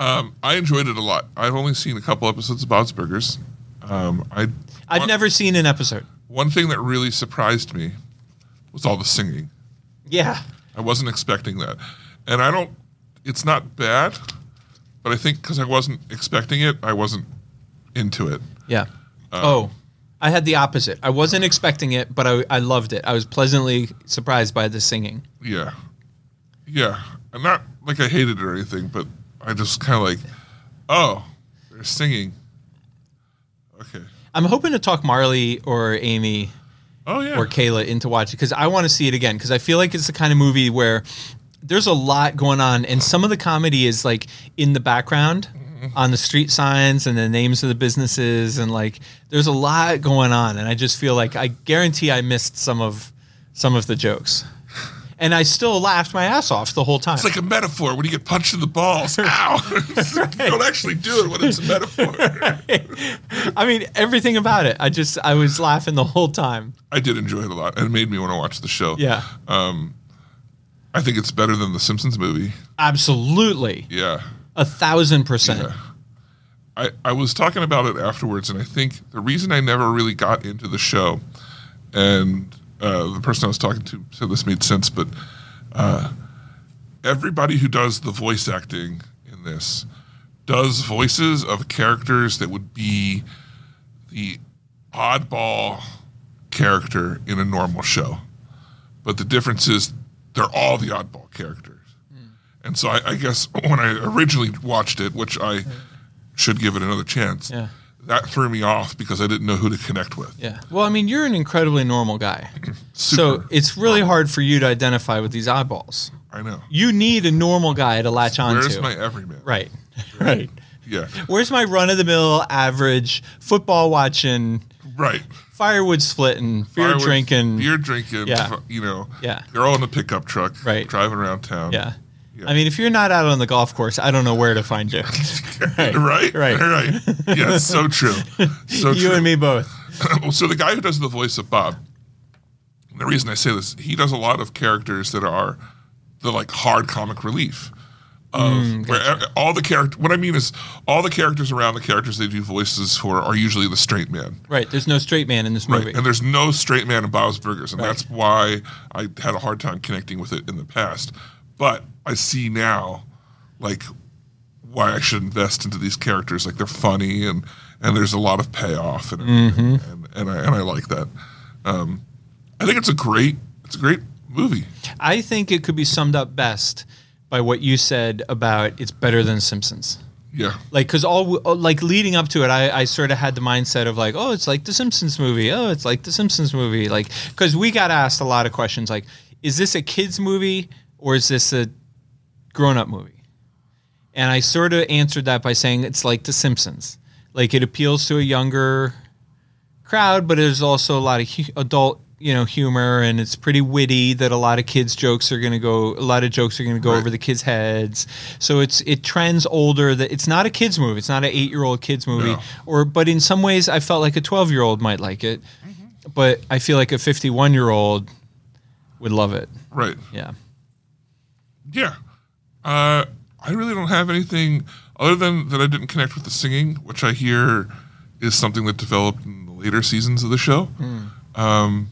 S2: um, I enjoyed it a lot. I've only seen a couple episodes of Bob's Burgers. Um, I
S3: I've
S2: one-
S3: never seen an episode.
S2: One thing that really surprised me was all the singing.
S3: Yeah.
S2: I wasn't expecting that. And I don't, it's not bad, but I think because I wasn't expecting it, I wasn't into it.
S3: Yeah. oh, I had the opposite. I wasn't expecting it, but I, I loved it. I was pleasantly surprised by the singing.
S2: Yeah. Yeah. I'm not like I hated it or anything, but I just kind of like, oh, they're singing. Okay.
S3: I'm hoping to talk Marley or Amy
S2: Oh, yeah.
S3: or Kayla into watching because I want to see it again because I feel like it's the kind of movie where there's a lot going on and some of the comedy is like in the background on the street signs and the names of the businesses and like there's a lot going on and I just feel like I guarantee I missed some of some of the jokes. And I still laughed my ass off the whole time.
S2: It's like a metaphor when you get punched in the
S3: [laughs]
S2: balls. Ow! [laughs] you don't actually do it when it's a metaphor.
S3: [laughs] I mean, everything about it. I just I was laughing the whole time.
S2: I did enjoy it a lot. and It made me want to watch the show.
S3: Yeah.
S2: I think it's better than the Simpsons movie.
S3: Absolutely.
S2: Yeah.
S3: A thousand percent.
S2: I, I was talking about it afterwards, and I think the reason I never really got into the show, and uh, the person I was talking to said this made sense, but uh, everybody who does the voice acting in this does voices of characters that would be the oddball character in a normal show. But the difference is they're all the oddball characters.
S3: Hmm.
S2: And so I, I guess when I originally watched it, which I should give it another chance,
S3: Hmm. Yeah.
S2: that threw me off because I didn't know who to connect with.
S3: Yeah. Well, I mean, you're an incredibly
S2: [clears throat]
S3: normal guy. So
S2: Super.
S3: it's really hard for you to identify with these eyeballs.
S2: I know.
S3: You need a normal guy to latch onto.
S2: Where's my everyman?
S3: right. [laughs] Right.
S2: Yeah.
S3: Where's my run of the mill, average, football watching,
S2: Right.
S3: firewood splitting, [laughs] beer
S2: Firewood-
S3: drinking?
S2: Beer drinking.
S3: Yeah.
S2: fu- You know.
S3: Yeah.
S2: Girl in the pickup truck.
S3: Right.
S2: [laughs] Driving around town.
S3: Yeah.
S2: go.
S3: I mean, if you're not out on the golf course, I don't know where to find you. right.
S2: right,
S3: right.
S2: right. Yeah, it's so
S3: [laughs]
S2: true. [laughs] So
S3: you
S2: true. [laughs]
S3: and me both.
S2: so the guy who does the voice of Bob, the reason I say this, he does a lot of characters that are the like hard comic relief of
S3: Mm,
S2: where e- all the character. What I mean is all the characters around the characters they do voices for are usually the straight man.
S3: Right. There's no straight man in this
S2: Right.
S3: movie.
S2: And there's no straight man in Bob's Burgers, and that's why I had a hard time connecting with it in the past. But I see now, like, why I should invest into these characters. Like, they're funny, and and there's a lot of payoff, and and, and, I, and I like that. Um, I think it's a great it's a great movie.
S3: I think it could be summed up best by what you said about it's better than Simpsons.
S2: Yeah,
S3: Like, cause all uh, like leading up to it, I, I sort of had the mindset of like, oh, it's like the Simpsons movie. Oh, it's like the Simpsons movie. Like, cause we got asked a lot of questions like, is this a kids movie or is this a grown up movie? And I sort of answered that by saying it's like the Simpsons. Like, it appeals to a younger crowd, but there's also a lot of hu- adult, you know, humor, and it's pretty witty. That a lot of kids' jokes are going to go, a lot of jokes are going to go over the kids' heads. So it's it trends older. That it's not a kids' movie. It's not an eight-year-old kids' movie.
S2: No.
S3: Or, but in some ways, I felt like a twelve-year-old might like it, but I feel like a fifty-one-year-old would love it.
S2: right.
S3: Yeah.
S2: Yeah. Uh, I really don't have anything other than that I didn't connect with the singing, which I hear is something that developed in the later seasons of the show. Um,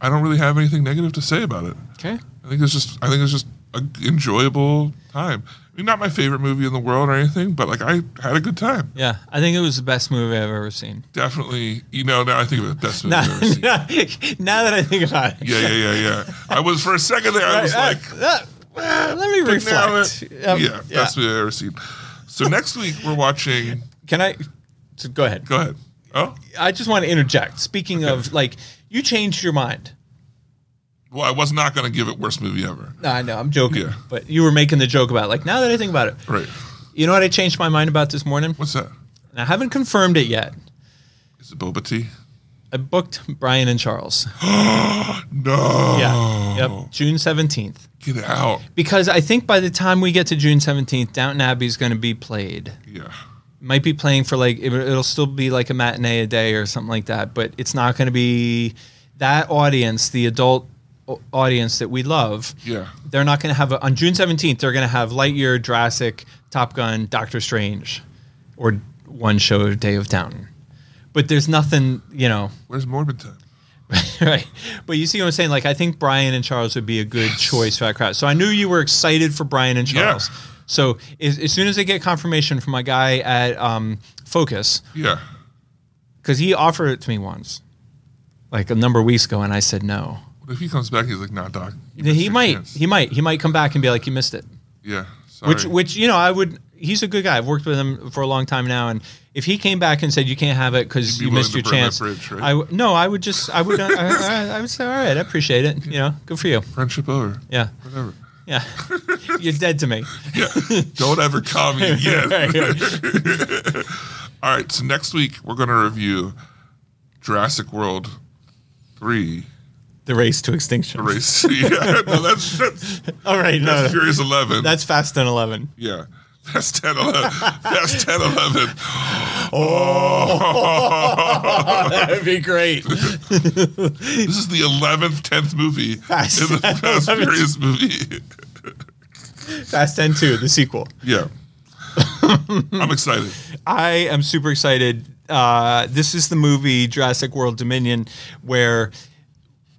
S2: I don't really have anything negative to say about it.
S3: Okay.
S2: I think it's just I think it's just an enjoyable time. I mean, not my favorite movie in the world or anything, but like I had a good time.
S3: Yeah, I think it was the best movie I've ever seen.
S2: Definitely, you know. Now I think of it, best movie
S3: Now, [laughs]
S2: I've ever seen. Yeah,
S3: now that I think about it,
S2: yeah, yeah, yeah. I was for a second there. I was
S3: Uh,
S2: like,
S3: uh, uh, let me
S2: But now
S3: reflect.
S2: it-
S3: Um,
S2: yeah, that's what I've ever seen. So next week we're watching.
S3: Can I? So go ahead.
S2: Go ahead. Oh,
S3: I just want to interject. Speaking of, like, you changed your mind.
S2: well, I was not going to give it worst movie ever.
S3: No, I know I'm joking,
S2: Yeah.
S3: but you were making the joke about like now that I think about it.
S2: Right?
S3: You know what I changed my mind about this morning?
S2: What's that?
S3: And I haven't confirmed it yet.
S2: Is it boba tea? [gasps]
S3: I booked Brian and Charles.
S2: No.
S3: Yeah. Yep. June seventeenth.
S2: Get out.
S3: Because I think by the time we get to June seventeenth, Downton Abbey is going to be played.
S2: Yeah.
S3: might be playing for like it, it'll still be like a matinee a day or something like that but it's not going to be that audience the adult au- audience that we love
S2: Yeah.
S3: they're not going to have a, on june 17th they're going to have lightyear jurassic top gun doctor strange or one show day of downton but there's nothing you know
S2: Where's Morbid time?
S3: [laughs] right but you see what i'm saying like i think brian and charles would be a good choice for that crowd so i knew you were excited for brian and
S2: Yeah.
S3: charles so as, as soon as i get confirmation from my guy at um, focus
S2: Yeah.
S3: because he offered it to me once, like a number of weeks ago, and I said no.
S2: What if he comes back? He's like, Nah, doc. you missed
S3: He
S2: your
S3: might,
S2: chance."
S3: he might, he might come back and be like, "You missed it,"
S2: yeah. Sorry.
S3: which, which you know, I would. He's a good guy. I've worked with him for a long time now, and if he came back and said you can't have it because
S2: be
S3: you missed your
S2: willing to burn that
S3: chance,
S2: bridge, right?
S3: I w- no, I would just, I would, [laughs] I, I, I would say, all right, I appreciate it. You know, good for you.
S2: friendship over.
S3: Yeah,
S2: Whatever.
S3: yeah, [laughs] you're dead to me.
S2: Yeah. [laughs] Don't ever call
S3: [laughs]
S2: me again. All right. So next week we're going to review Jurassic World three. [laughs]
S3: The race to extinction.
S2: Race. yeah. No, that's that's,
S3: All right, no,
S2: that's
S3: no,
S2: Furious Eleven.
S3: [laughs] that's Fast and Eleven.
S2: Yeah. That's 10 11. That's 10
S3: [laughs]
S2: 11.
S3: [laughs] Oh. That'd be
S2: [laughs]
S3: great.
S2: This is the 11th, 10th movie in
S3: Fast
S2: the
S3: 10,
S2: Fast
S3: [laughs] 11.
S2: Furious movie.
S3: Fast and Two, the sequel. [laughs]
S2: Yeah. I'm excited.
S3: I am super excited. Uh, this is the movie Jurassic World Dominion, where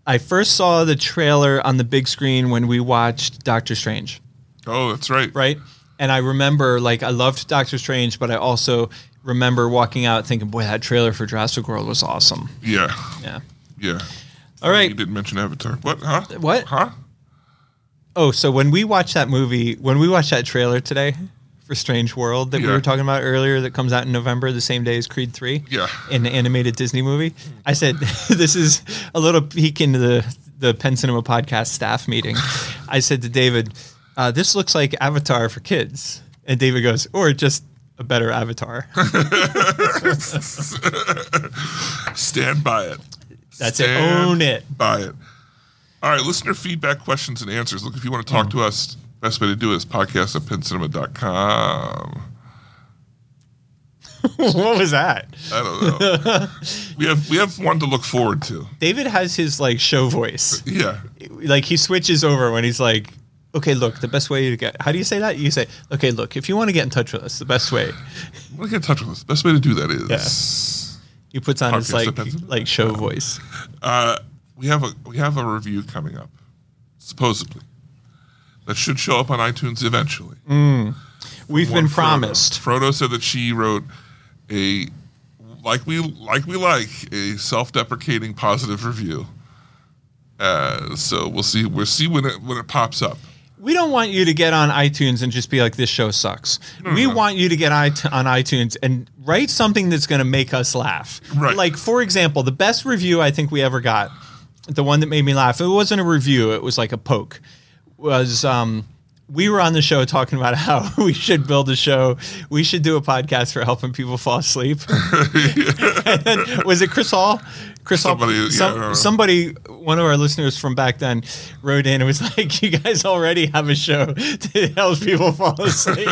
S3: I first saw the trailer on the big screen when we watched Doctor Strange,
S2: Oh, that's right.
S3: right? And I remember, like, I loved Doctor Strange, but I also remember walking out thinking, boy, that trailer for Jurassic World was awesome.
S2: Yeah.
S3: Yeah.
S2: Yeah.
S3: All
S2: You
S3: right.
S2: didn't mention Avatar. What? Huh?
S3: What?
S2: Huh?
S3: Oh, so when we watched that movie, when we watched that trailer today for Strange World that we
S2: Yeah.
S3: were talking about earlier that comes out in November, the same day as Creed 3,
S2: Yeah.
S3: an animated Disney movie, I said, [laughs] This is a little peek into the, the Penn Cinema podcast staff meeting. I said to David, uh, This looks like Avatar for kids. And David goes, Or just a better [laughs] Avatar.
S2: Stand by it.
S3: That's it. Own it. Mm.
S2: By it. All right, listener feedback questions and answers. Look, if you want to talk to us, Best way to do it is podcast at pincinema.com.
S3: [laughs] what was that?
S2: I don't know.
S3: [laughs]
S2: we have we have one to look forward to.
S3: David has his like show voice.
S2: Yeah.
S3: Like he switches over when he's like, okay, look, the best way to get. How do you say that? You say, okay, look, if you want to get in touch with us, the best way.
S2: Want to get in touch with us? Best way to do that is
S3: He puts on his
S2: Podcast
S3: like
S2: depends.
S3: like show voice.
S2: uh, we have a we have a review coming up, supposedly that should show up on iTunes eventually.
S3: We've
S2: One
S3: been
S2: Frodo.
S3: promised.
S2: Frodo said that she wrote a like we like we like a self-deprecating positive review. Uh, so we'll see we'll see when it when it pops up. [laughs]
S3: We don't want you to get on iTunes and just be like, "This show sucks." we want you to get it- on iTunes and write something that's going to make us laugh.
S2: Right.
S3: Like, for example, the best review I think we ever got, the one that made me laugh. It wasn't a review; it was like a poke. Was um, we were on the show talking about [laughs] how we should build a show. We should do a podcast for helping people fall asleep. And then- was it Chris Hall? Chris
S2: Somebody,
S3: Hall.
S2: yeah, I
S3: Some,
S2: don't know.
S3: somebody, one of our listeners from back then, wrote in and was [laughs] like, "You guys already have a show to help people fall
S2: [laughs]
S3: asleep."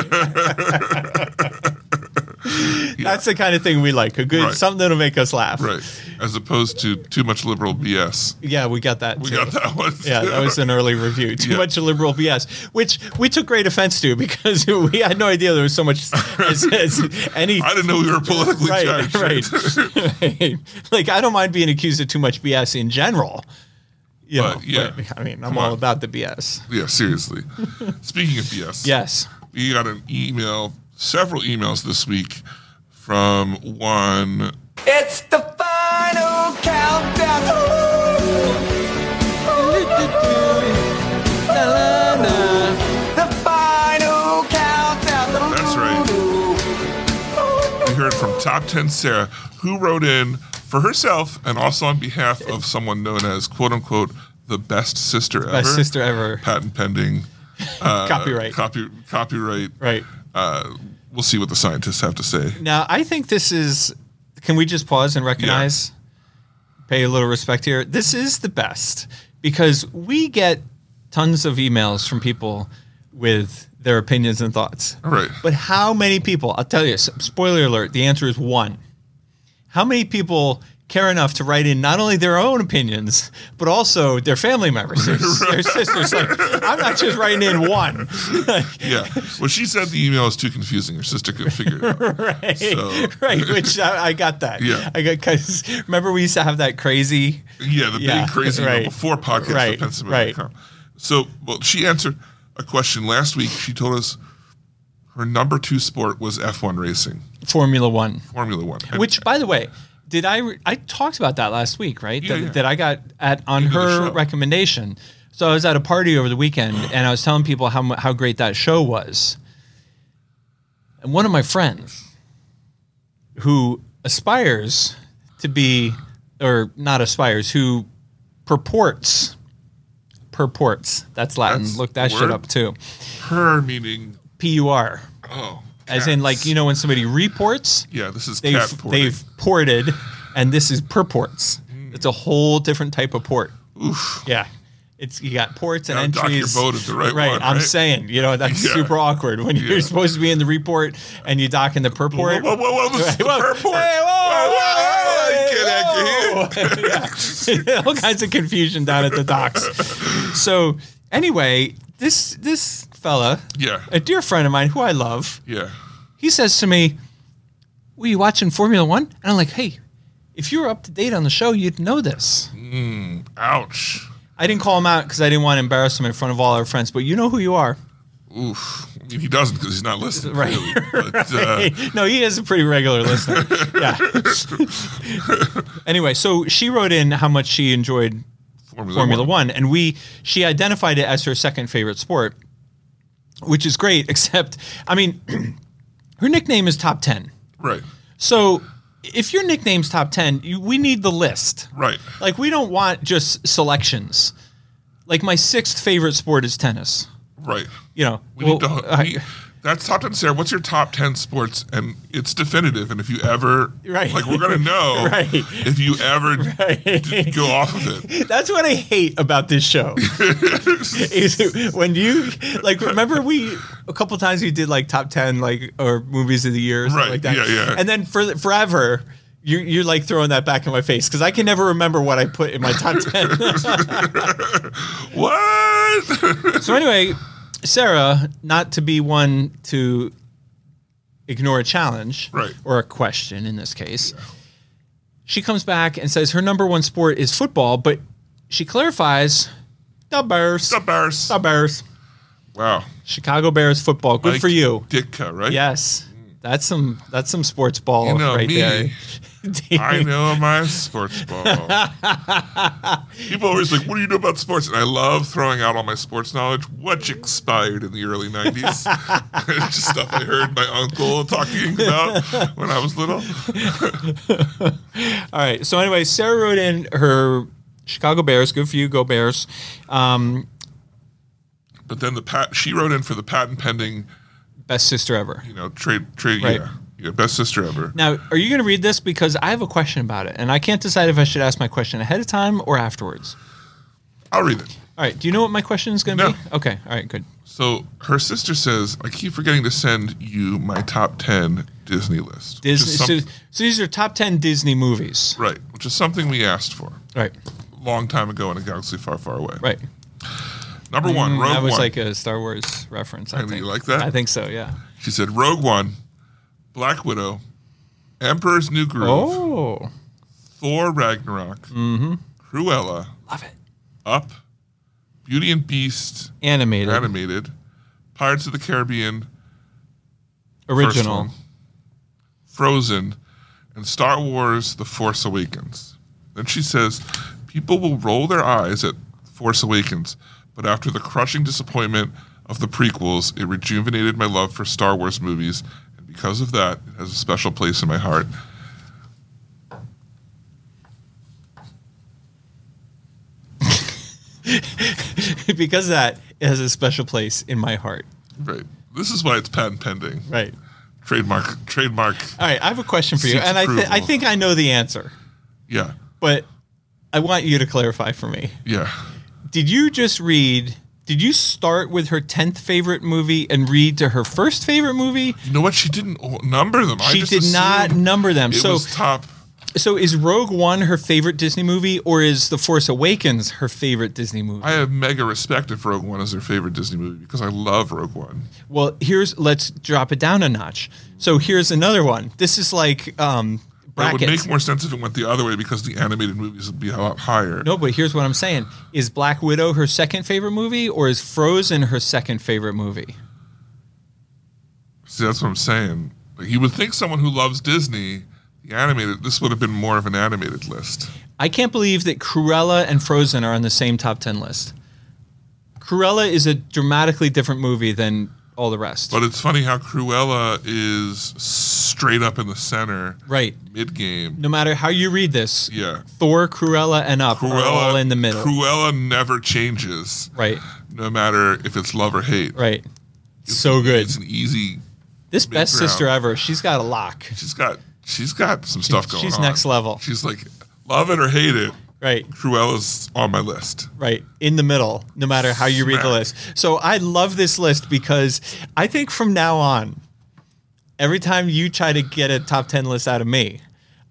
S3: That's the kind of thing we like. A good
S2: Right.
S3: something that'll make us laugh.
S2: Right. As opposed to too much liberal BS.
S3: Yeah, we got that.
S2: We
S3: too.
S2: got that one.
S3: Yeah, that was an early review. Too
S2: Yeah.
S3: much liberal BS, which we took great offense to because [laughs] we had no idea there was
S2: [laughs]
S3: so much as, as any
S2: I didn't know we were politically
S3: [laughs] right,
S2: charged. [laughs]
S3: right. right. [laughs] Like I don't mind being accused of too much BS in general. You
S2: But,
S3: know,
S2: yeah.
S3: but, I mean, I'm
S2: Come
S3: all
S2: on.
S3: about the BS.
S2: Yeah, seriously. Speaking of BS.
S3: Yes.
S2: we got an email, several emails this week from one.
S4: It's the final countdown. The final countdown.
S2: That's right. We heard from Top 10 Sarah, who wrote in for herself and also on behalf of someone known as quote unquote the best sister ever.
S3: Best sister ever.
S2: Patent pending. uh,
S3: Copyright.
S2: Copy, copyright.
S3: Right.
S2: Uh, we'll see what the scientists have to say.
S3: Now, I think this is. Can we just pause and recognize, pay a little respect here? This is the best because we get tons of emails from people with their opinions and thoughts.
S2: All right.
S3: But how many people? I'll tell you. s- Spoiler alert: the answer is one. How many people care enough to write in not only their own opinions but also their family members, their, their sisters? Like, I'm not just writing in one. [laughs]
S2: Yeah. Well, she said the email is too confusing. Her sister couldn't figure it
S3: [laughs]
S2: out.
S3: right,
S2: So-
S3: right. Which I, I got that.
S2: Yeah.
S3: I got because remember we used to have that crazy.
S2: Yeah, the
S3: Yeah,
S2: big crazy
S3: right.
S2: number four podcast
S3: Right,
S2: at Pennsylvania.com. So, well, she answered a question last week. She told us her number two sport was F1 racing,
S3: Formula One.
S2: Formula One. And
S3: Which, by the way, did I? Re- I talked about that last week, right?
S2: Yeah,
S3: that,
S2: yeah.
S3: that I got at on
S2: did the
S3: her
S2: show.
S3: recommendation. So I was at a party over the weekend, and I was telling people how mu- how great that show was. And one of my friends, who aspires to be, or not aspires, who purports, purports. That's Latin.
S2: That's
S3: Look that
S2: the
S3: shit
S2: word?
S3: up too.
S2: her meaning,
S3: P U R,
S2: oh,
S3: as in like
S2: cats.
S3: you know when somebody reports
S2: yeah, this is cat
S3: they've
S2: porting.
S3: they've ported, and this is purports. It's a whole different type of port. Yeah, it's you got ports and
S2: Gotta dock your
S3: entries.
S2: boat at the right one,
S3: I'm
S2: right?
S3: saying you know that's
S2: Yeah.
S3: super awkward when you're
S2: Yeah.
S3: supposed to be in the report and you dock in the purport.
S2: Whoa, whoa, whoa, this is the
S3: [laughs] Whoa.
S2: her port.
S3: Hey, whoa,
S2: Whoa, whoa,
S3: hey,
S2: you can't act here.
S3: [laughs] yeah. all kinds of confusion down at the docks. So anyway, this this fella,
S2: Yeah.
S3: a dear friend of mine who I love,
S2: Yeah.
S3: he says to me, "Were you watching Formula One?" And I'm like, "Hey, if you were up to date on the show, you'd know this."
S2: Ouch.
S3: I didn't call him out because I didn't want to embarrass him in front of all our friends. But you know who you are,
S2: Oof. I mean, he doesn't because he's not listening.
S3: Right.
S2: Really. But,
S3: [laughs]
S2: uh,
S3: no, he is a pretty regular listener. yeah. [laughs] anyway, so she wrote in how much she enjoyed
S2: Formula,
S3: Formula One, and we she identified it as her second favorite sport, which is great. [laughs] Except, I mean, [clears throat] her nickname is Top Ten.
S2: Right.
S3: So if your nickname's top 10, you, we need the list.
S2: Right.
S3: Like, we don't want just selections. Like, my sixth favorite sport is tennis.
S2: Right.
S3: You know,
S2: We
S3: well,
S2: need to.
S3: I-
S2: we- That's top ten, Sarah. What's your top ten sports? And it's definitive. And if you ever,
S3: Right.
S2: like, we're gonna know
S3: [laughs] Right.
S2: if you ever [laughs] d- go off of it.
S3: [laughs] That's what I hate about
S2: [laughs]
S3: this show. is when you like remember we a couple times we did like top 10 like or movies of the year or something
S2: Right,
S3: like that.
S2: yeah, yeah.
S3: And then for forever you you're like throwing that back in my face cuz I can never remember what I put in my top
S2: [laughs]
S3: 10.
S2: [laughs] What?
S3: so anyway, Sarah, not to be one to ignore a challenge
S2: Right.
S3: or a question in this case. She comes back and says her number one sport is football, but she clarifies the Bears.
S2: Stop Bears.
S3: The Bears.
S2: Wow.
S3: Chicago Bears football. Good
S2: Mike
S3: for you.
S2: Ditka, right?
S3: Yes. That's some that's some sports ball
S2: You know
S3: right
S2: me.
S3: there.
S2: [laughs] I know my sports ball. People always like, "What do you know about sports?" And I love throwing out all my sports knowledge, which expired in the early [laughs] '90s. Just stuff I heard my uncle talking about when I was little.
S3: All right. So anyway, Sarah wrote in her Chicago Bears. Good for you, go Bears. Um,
S2: But then the pat she wrote in for the patent pending,
S3: best sister ever.
S2: you know, trade trade
S3: Right.
S2: yeah, yeah, best sister ever.
S3: Now, are you going to read this because I have a question about it, and I can't decide if I should ask my question ahead of time or afterwards.
S2: I'll read it.
S3: All right. Do you know what my question is going to
S2: No.
S3: be? Okay. All right. Good.
S2: So her sister says, "I keep forgetting to send you my top ten Disney list." which is
S3: Disney. So,
S2: some-
S3: so these are top ten Disney movies.
S2: right, which is something we asked for.
S3: Right.
S2: long time ago in a galaxy far, far away.
S3: Right.
S2: Number one, Rogue
S3: Mm, that was
S2: One.
S3: like a Star Wars reference. I
S2: Hey,
S3: think.
S2: you like that?
S3: I think so. Yeah.
S2: she said Rogue One, Black Widow, Emperor's New Groove,
S3: Oh, Mm-hmm.
S2: Thor Ragnarok, Cruella,
S3: love it.
S2: Up, Beauty and Beast,
S3: Animated,
S2: animated, Pirates of the Caribbean, first
S3: original.
S2: one, Frozen, and Star Wars: The Force Awakens. Then she says, people will roll their eyes at Force Awakens, but after the crushing disappointment of the prequels, it rejuvenated my love for Star Wars movies, and because of that, it has a special place in my heart.
S3: [laughs] because that it has a special place in my heart.
S2: Right. This is why it's patent pending.
S3: Right.
S2: Trademark. Trademark.
S3: All right. I have a question for you,
S2: Seeks
S3: and I, th-
S2: approval.
S3: I think I know the answer,
S2: Yeah.
S3: but I want you to clarify for me.
S2: Yeah.
S3: Did you just read? Did you start with her tenth favorite movie and read to her first favorite movie?
S2: You know what? She didn't o- number them. I
S3: She
S2: just
S3: did not
S2: assumed
S3: number them.
S2: It
S3: so,
S2: was top.
S3: so is Rogue One her favorite Disney movie, or is The Force Awakens her favorite Disney movie?
S2: I have mega respect if Rogue One is their favorite Disney movie because I love Rogue One.
S3: Well, here's let's drop it down a notch. So here's another one. This is like um
S2: But It would
S3: brackets.
S2: make more sense if it went the other way because the animated movies would be a lot higher.
S3: no, but here's what I'm saying: Is Black Widow her second favorite movie, or is Frozen her second favorite movie?
S2: See, that's what I'm saying. Like, you would think someone who loves Disney, the animated, this would have been more of an animated list.
S3: I can't believe that Cruella and Frozen are on the same top ten list. Cruella is a dramatically different movie than all the rest.
S2: But it's funny how Cruella is straight up in the center,
S3: right.
S2: mid game.
S3: No matter how you read this,
S2: Yeah.
S3: Thor, Cruella, and Up are all in the middle.
S2: Cruella never changes,
S3: right.
S2: no matter if it's love or hate.
S3: Right. So good.
S2: It's an easy.
S3: This best
S2: Mid-ground.
S3: sister ever. She's got a lock.
S2: She's got she's got some stuff going
S3: She's
S2: on.
S3: next level.
S2: She's like love it or hate it.
S3: Right,
S2: Cruella's on my list.
S3: right. In the middle, no matter how you read the
S2: Smack.
S3: list. So I love this list because I think from now on, every time you try to get a top 10 list out of me,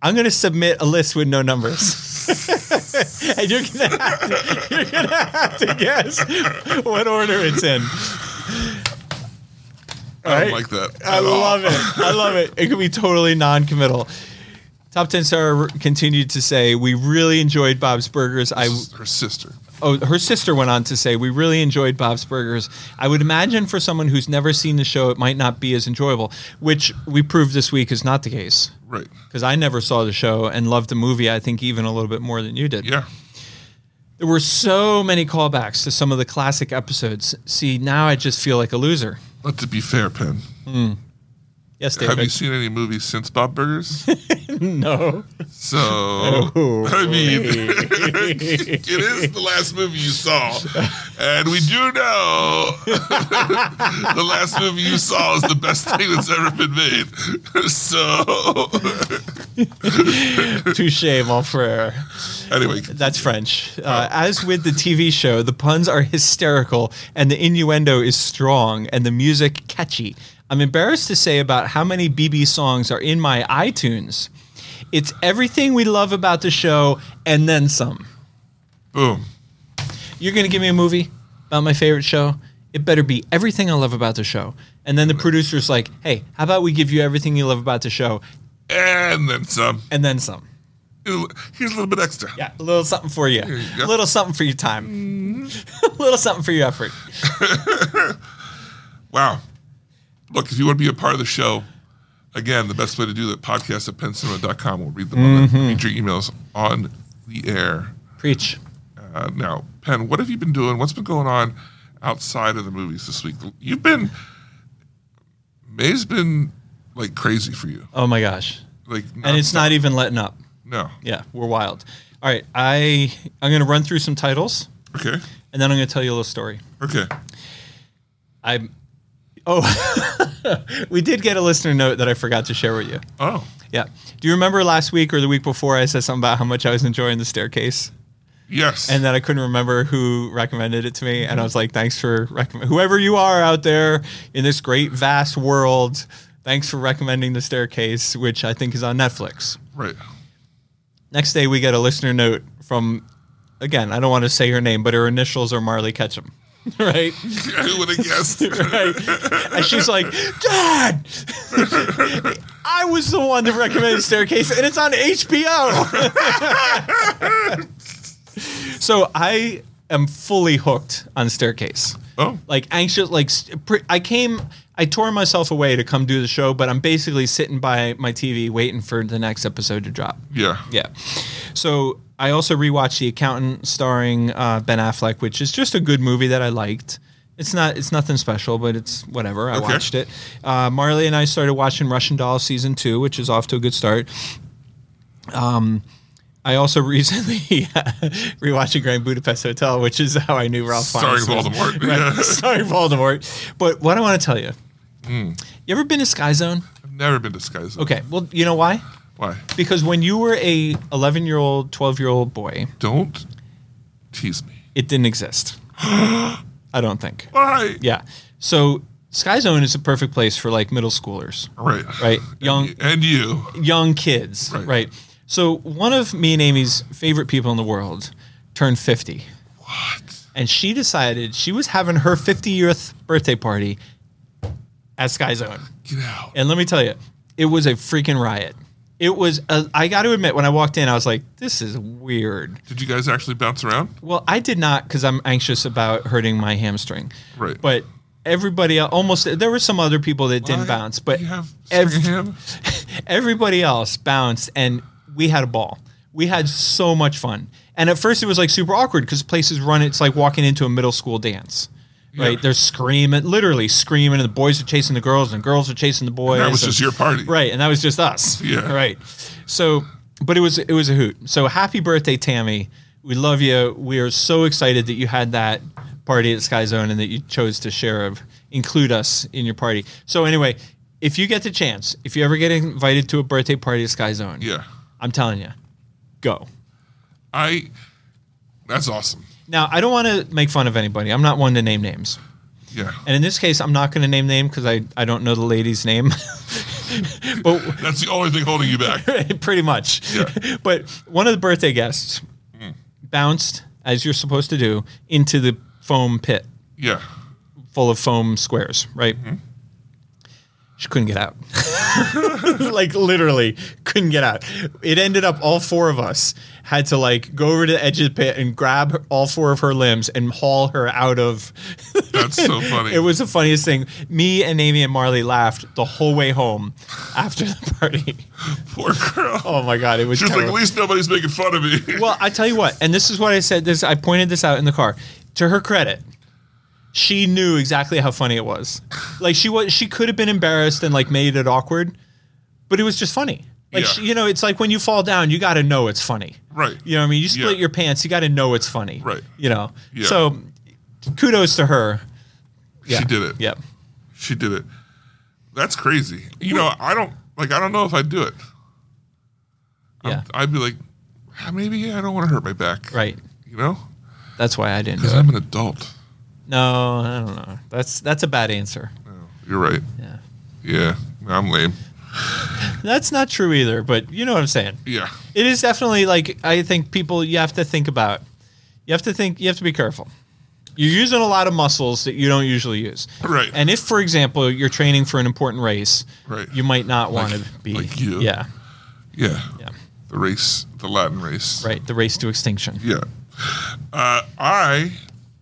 S3: I'm going to submit a list with no numbers. [laughs] and you're going to have to- you're going to have to guess what order it's in.
S2: I
S3: Right.
S2: don't like that.
S3: I love it. I love it. It could be totally non-committal. Top 10 Sarah continued to say, We really enjoyed Bob's Burgers. I
S2: Her sister.
S3: Oh, her sister went on to say, "We really enjoyed Bob's Burgers. I would imagine for someone who's never seen the show, it might not be as enjoyable." Which we proved this week is not the case
S2: Right.
S3: because I never saw the show and loved the movie. I think even a little bit more than you did.
S2: Yeah.
S3: There were so many callbacks to some of the classic episodes. See, now I just feel like a loser.
S2: But to be fair, Penn,
S3: Yes,
S2: have you
S3: David.
S2: seen any movies since Bob Burgers?
S3: [laughs] no. Oh,
S2: So, [laughs]
S3: [laughs]
S2: I mean, it is the last movie you saw. And we do know [laughs] the last movie you saw is the best thing that's ever been made. [laughs] so,
S3: Touche, mon frere.
S2: anyway,
S3: That's French.
S2: Oh.
S3: Uh, as with the TV show, the puns are hysterical and the innuendo is strong and the music catchy. I'm embarrassed to say about how many BB songs are in my iTunes. It's everything we love about the show and then some.
S2: boom.
S3: You're going to give me a movie about my favorite show? It better be everything I love about the show. And then the producer's like, hey, how about we give you everything you love about the show
S2: And then some.
S3: and then some?
S2: Here's a little bit extra.
S3: Yeah, a little something for you.
S2: you go. Mm-hmm.
S3: A little something for your time. [laughs] a little something for your effort.
S2: Wow. Look, if you want to be a part of the show, again, the best way to do that, podcast at pencinema.com. We'll read them on
S3: Mm-hmm.
S2: the, read your emails on the air.
S3: Preach.
S2: Uh, now, Penn, what have you been doing? What's been going on outside of the movies this week? You've been, May's been like crazy for you.
S3: Oh my gosh.
S2: Like,
S3: And it's not even letting up.
S2: No.
S3: Yeah, we're wild. All right, I I'm going to run through some titles
S2: Okay.
S3: and then I'm going to tell you a little story.
S2: Okay.
S3: I Oh, [laughs] we did get a listener note that I forgot to share with you.
S2: Oh,
S3: Yeah. Do you remember last week or the week before I said something about how much I was enjoying the staircase?
S2: yes.
S3: and uh, then I couldn't remember who recommended it to me. And I was like, thanks for recommend whoever you are out there in this great vast world. Thanks for recommending the staircase, which I think is on Netflix.
S2: right. [laughs]
S3: Next day, we get a listener note from, again, I don't want to say her name, but her initials are Marley Ketchum, [laughs] right?
S2: Who would have
S3: [laughs]
S2: guessed?
S3: right? And she's like, Dad, [laughs] I was the one that recommended Staircase, and it's on HBO. [laughs] so I am fully hooked on Staircase.
S2: Oh,
S3: Like anxious, like st- pre- I came, I tore myself away to come do the show, but I'm basically sitting by my TV waiting for the next episode to drop.
S2: yeah.
S3: Yeah. So I also rewatched The Accountant, starring uh, Ben Affleck, which is just a good movie that I liked. It's not. It's nothing special, but it's whatever. I
S2: Okay.
S3: watched it. Uh, Marley and I started watching Russian Doll season two, which is off to a good start. Um, I also [laughs] recently rewatched Grand Budapest Hotel, which is how I knew Ralph.
S2: Starring
S3: Fiennes was-
S2: Voldemort.
S3: [laughs] Right.
S2: Yeah.
S3: Sorry, Voldemort. But what I want to tell you,
S2: Hmm.
S3: you ever been to Sky Zone?
S2: I've [laughs] never been disguised.
S3: Okay. Well, you know why?
S2: Why?
S3: Because when you were a 11 year old, 12 year old boy,
S2: Don't tease me.
S3: it didn't exist. I don't think.
S2: Why?
S3: Yeah. So Sky Zone is a perfect place for like middle schoolers,
S2: Right.
S3: right? Young
S2: And you.
S3: young kids,
S2: Right.
S3: right. So one of me and Amy's favorite people in the world turned 50. What? And she decided she was having her 50th birthday party at Sky Zone.
S2: Get out.
S3: And let me tell you, it was a freaking riot. It was, a, I got to admit, when I walked in, I was like, this is weird.
S2: Did you guys actually bounce around?
S3: Well, I did not because I'm anxious about hurting my hamstring.
S2: Right.
S3: But everybody, el- almost, there were some other people that didn't
S2: Why
S3: bounce, but
S2: you have
S3: ev-
S2: Stringham?
S3: everybody else bounced and we had a ball. We had so much fun. And at first it was like super awkward because places run it's like walking into a middle school dance. Right?
S2: Yeah.
S3: They're screaming, literally screaming, and the boys are chasing the girls and the girls are chasing the boys.
S2: that was
S3: and-
S2: just your party.
S3: Right, and that was just us.
S2: Yeah.
S3: Right. So but it was it was a hoot. So happy birthday, Tammy. We love you. We are so excited that you had that party at Sky Zone and that you chose to share of include us in your party. So anyway, if you get the chance, if you ever get invited to a birthday party at Sky Zone,
S2: Yeah.
S3: I'm telling you, go.
S2: I. That's awesome.
S3: Now I don't want to make fun of anybody. I'm not one to name names.
S2: Yeah.
S3: And in this case, I'm not going to name name because I, I don't know the lady's name. [laughs] but
S2: That's the only thing holding you back.
S3: [laughs] pretty much.
S2: Yeah.
S3: [laughs] But one of the birthday guests bounced, as you're supposed to do, into the foam pit
S2: Yeah.
S3: full of foam squares, right?
S2: Mm-hmm.
S3: She couldn't
S2: [laughs]
S3: get out. like literally couldn't get out. It ended up all four of us had to like go over to the edge of the pit and grab her- all four of her limbs and haul her out of
S2: That's
S3: [laughs]
S2: so funny.
S3: it was the funniest thing. Me and Amy and Marley laughed the whole way home after the party. [laughs]
S2: Poor girl.
S3: Oh my god, it was
S2: She was like, at
S3: terrible.
S2: least nobody's making fun of me.
S3: Well, I tell you what, and this is what I said. This I pointed this out in the car. To her credit, she knew exactly how funny it was. Like she was, she could have been embarrassed and like made it awkward, but it was just funny. Like
S2: Yeah.
S3: she, you know, it's like when you fall down, you got to know it's funny.
S2: [laughs] Right.
S3: You know what I mean? You split
S2: Yeah.
S3: your pants, you got to know it's funny.
S2: Right.
S3: You know.
S2: Yeah.
S3: So kudos to her. Yeah.
S2: She did it.
S3: Yep.
S2: She did it. That's crazy. You know, I don't like. I don't know if I'd do it. I'm-
S3: Yeah.
S2: I'd be like, "Ah, maybe I don't want to hurt my back.
S3: Right.
S2: You know,
S3: That's why I didn't. do
S2: because
S3: it.
S2: I'm an adult.
S3: No, I don't know. That's that's a bad answer.
S2: You're right.
S3: Yeah.
S2: Yeah. I'm lame.
S3: That's not true either, but you know what I'm saying.
S2: Yeah.
S3: It is definitely like I think people you have to think about. You have to think you have to be careful. You're using a lot of muscles that you don't usually use.
S2: Right.
S3: And if for example you're training for an important race,
S2: Right.
S3: you might not want
S2: Like-
S3: to be
S2: like you.
S3: Yeah.
S2: Yeah.
S3: Yeah.
S2: The race, the Latin race.
S3: Right. The race to extinction.
S2: Yeah. Uh, I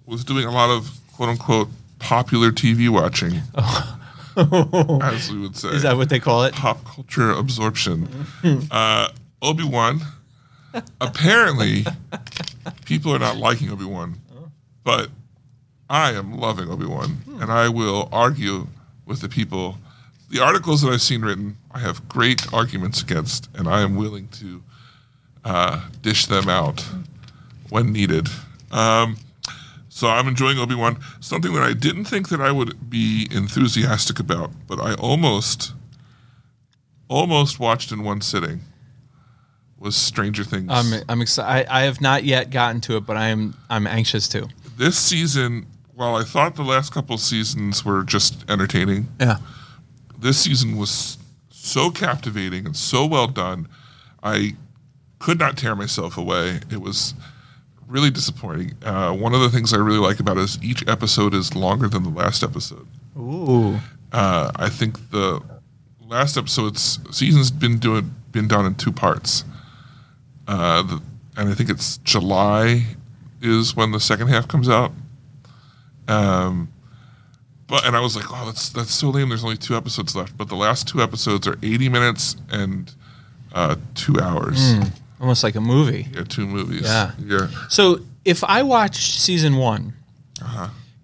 S2: was doing a lot of quote unquote popular TV watching,
S3: [laughs]
S2: as we would say.
S3: Oh. Is that what they call it?
S2: pop culture absorption. uh, Obi Wan. Apparently, people are not liking Obi Wan, but I am loving Obi Wan, and I will argue with the people. The articles that I've seen written, I have great arguments against, and I am willing to uh, dish them out when needed. Um, so I'm enjoying Obi Wan. Something that I didn't think that I would be enthusiastic about, but I almost almost watched in one sitting was Stranger Things.
S3: I'm I'm excited. I have not yet gotten to it, but I'm I'm anxious to.
S2: this season, while I thought the last couple seasons were just entertaining,
S3: Yeah.
S2: this season was so captivating and so well done. I could not tear myself away. It was really disappointing. Uh, one of the things I really like about it is each episode is longer than the last episode.
S3: Ooh.
S2: Uh, I think the last episode's season's been doing been done in two parts, uh, the, and I think it's July is when the second half comes out. Um, but and I was like, oh, that's that's so lame. There's only two episodes left, but the last two episodes are 80 minutes and uh, two hours.
S3: Almost like a movie.
S2: Yeah, two movies.
S3: Yeah.
S2: yeah.
S3: So if I watched season one,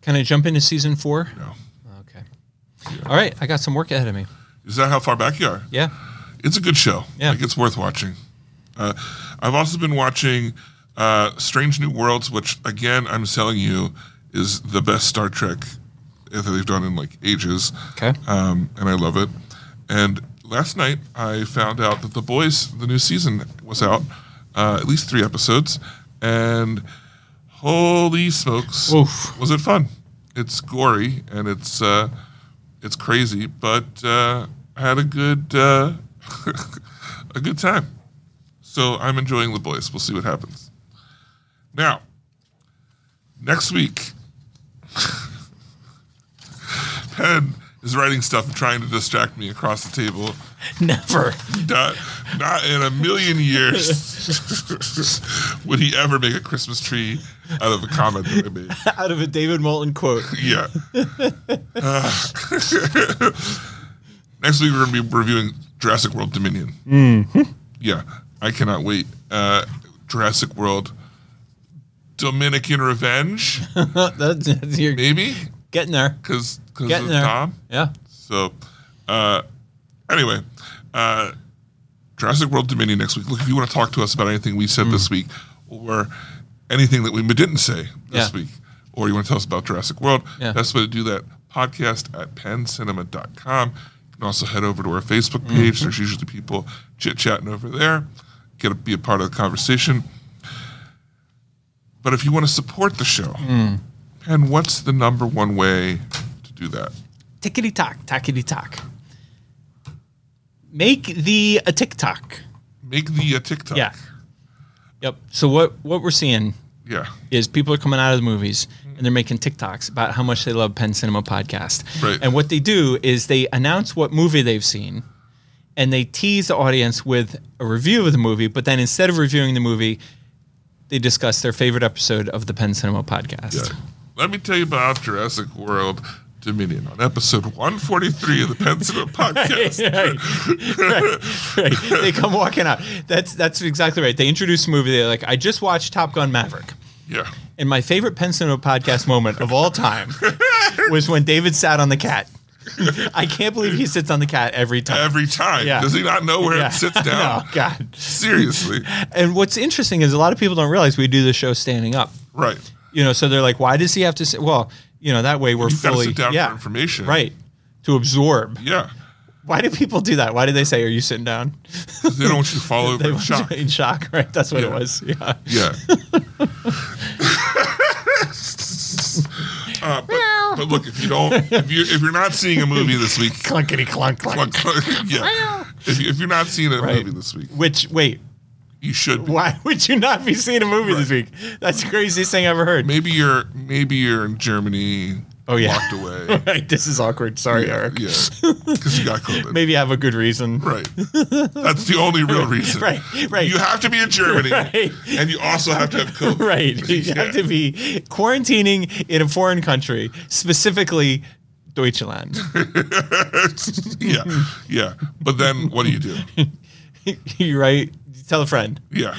S3: can I jump into season four?
S2: No.
S3: Okay. All right, I got some work ahead of me.
S2: Is that how far back you are?
S3: Yeah. [laughs]
S2: it's a good show.
S3: Yeah.
S2: Like it's worth watching. Uh, I've also been watching uh, Strange New Worlds, which again I'm telling you is the best Star Trek that they've done in like ages.
S3: Okay.
S2: Um, and I love it. And last night I found out that The Boys, the new season, was out, uh, at least three episodes, and holy smokes,
S3: Oof.
S2: was it fun? It's gory and it's uh, it's crazy, but uh, I had a good uh, [laughs] a good time. So I'm enjoying The Boys. We'll see what happens. Now, next week, [laughs] Penn is writing stuff and trying to distract me across the table.
S3: Never.
S2: Not, not in a million years [laughs] would he ever make a Christmas tree out of a comment that I made.
S3: Out of a David Moulton quote. [laughs]
S2: Yeah. Uh, [laughs] next week we're going to be reviewing Jurassic World Dominion. Yeah, I cannot wait. Uh, Jurassic World Dominican Revenge,
S3: That's, that's- you're
S2: maybe
S3: getting there.
S2: because because
S3: Getting
S2: of
S3: there.
S2: Tom.
S3: Yeah.
S2: So, uh, anyway, uh, Jurassic World Dominion next week. Look, if you want to talk to us about anything we said
S3: Mm.
S2: this week or anything that we didn't say this
S3: Yeah.
S2: week, or you want to tell us about Jurassic World,
S3: Yeah.
S2: best way to do that podcast at pencinema.com. You can also head over to our Facebook
S3: Mm.
S2: page. There's usually people chit chatting over there. Get to be a part of the conversation. But if you want to support the show,
S3: Mm.
S2: Penn, what's the number one way to do that?
S3: Tickety tock, tackety tock. Make the a TikTok.
S2: Make the uh, TikTok.
S3: Yeah. Yep. So what what we're seeing
S2: Yeah.
S3: is people are coming out of the movies and they're making TikToks about how much they love Penn Cinema Podcast.
S2: Right.
S3: And what they do is they announce what movie they've seen and they tease the audience with a review of the movie, but then instead of reviewing the movie, they discuss their favorite episode of the Penn Cinema
S2: Yeah.
S3: [laughs] Podcast.
S2: Let me tell you about Jurassic World Dominion on episode 143 of the
S3: [laughs]
S2: Pensacola podcast.
S3: Right. they come walking out. That's that's exactly right. They introduce the movie, they're like, I just watched Top Gun Maverick.
S2: Yeah.
S3: And my favorite Penn Cinema podcast moment of
S2: [laughs]
S3: all time was when David sat on the cat. I can't believe he sits on the cat every time.
S2: Every time.
S3: Yeah.
S2: Does he not know where
S3: Yeah.
S2: it
S3: [laughs]
S2: sits
S3: oh
S2: down?
S3: God!
S2: Seriously.
S3: And what's interesting is a lot of people don't realize we do the show standing up,
S2: Right.
S3: You know, so they're like, why does he have to say? Well, you know, that way we're
S2: You've got to
S3: fully
S2: sit down
S3: yeah,
S2: for information.
S3: right to absorb.
S2: Yeah.
S3: Why do people do that? Why do they say, "Are you sitting down?"
S2: 'Cause They don't want you to fall over
S3: [laughs] they
S2: in
S3: want
S2: shock.
S3: you in shock, right? That's what it
S2: Yeah.
S3: was. Yeah.
S2: Yeah. Uh, but, but look, if you don't, if you if you're not seeing a movie this week,
S3: [laughs] Clunkety clunk
S2: Well, [laughs] yeah. If, you, if you're not seeing a
S3: Right.
S2: movie this week,
S3: Which wait,
S2: you should. Be.
S3: why [laughs] would you not be seeing a movie this week? That's the craziest thing I've ever heard.
S2: Maybe you're maybe you're in Germany.
S3: Oh, yeah.
S2: Locked away.
S3: [laughs] Right, this is awkward. Sorry, Eric.
S2: yeah. Because you got COVID.
S3: [laughs] Maybe I have a good [laughs] reason.
S2: Right. That's the only real reason.
S3: [laughs] Right, right.
S2: You have to be in Germany,
S3: [laughs] Right.
S2: and you also have to have COVID.
S3: [laughs] Right.
S2: [laughs]
S3: You
S2: Yeah.
S3: have to be quarantining in a foreign country, specifically Deutschland. [laughs]
S2: yeah. Yeah. But then what do you do?
S3: you right? Tell a [laughs] friend.
S2: Yeah.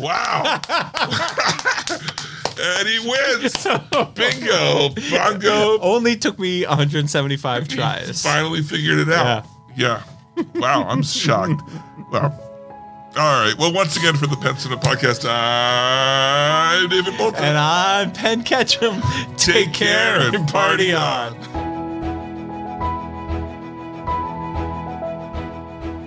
S2: wow. [laughs] and he wins. Bingo. Bongo.
S3: Only took me [laughs] 175 tries.
S2: Finally figured it out. Yeah. Wow, I'm shocked. Wow. All right. Well, once again for the Penson Podcast, I'm David Bolton.
S3: And I'm Penn Ketchum. Take, care and party on.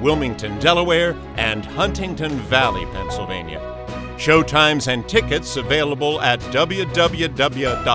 S1: Wilmington, Delaware, and Huntington Valley, Pennsylvania. Showtimes and tickets available at www.penncinema.com.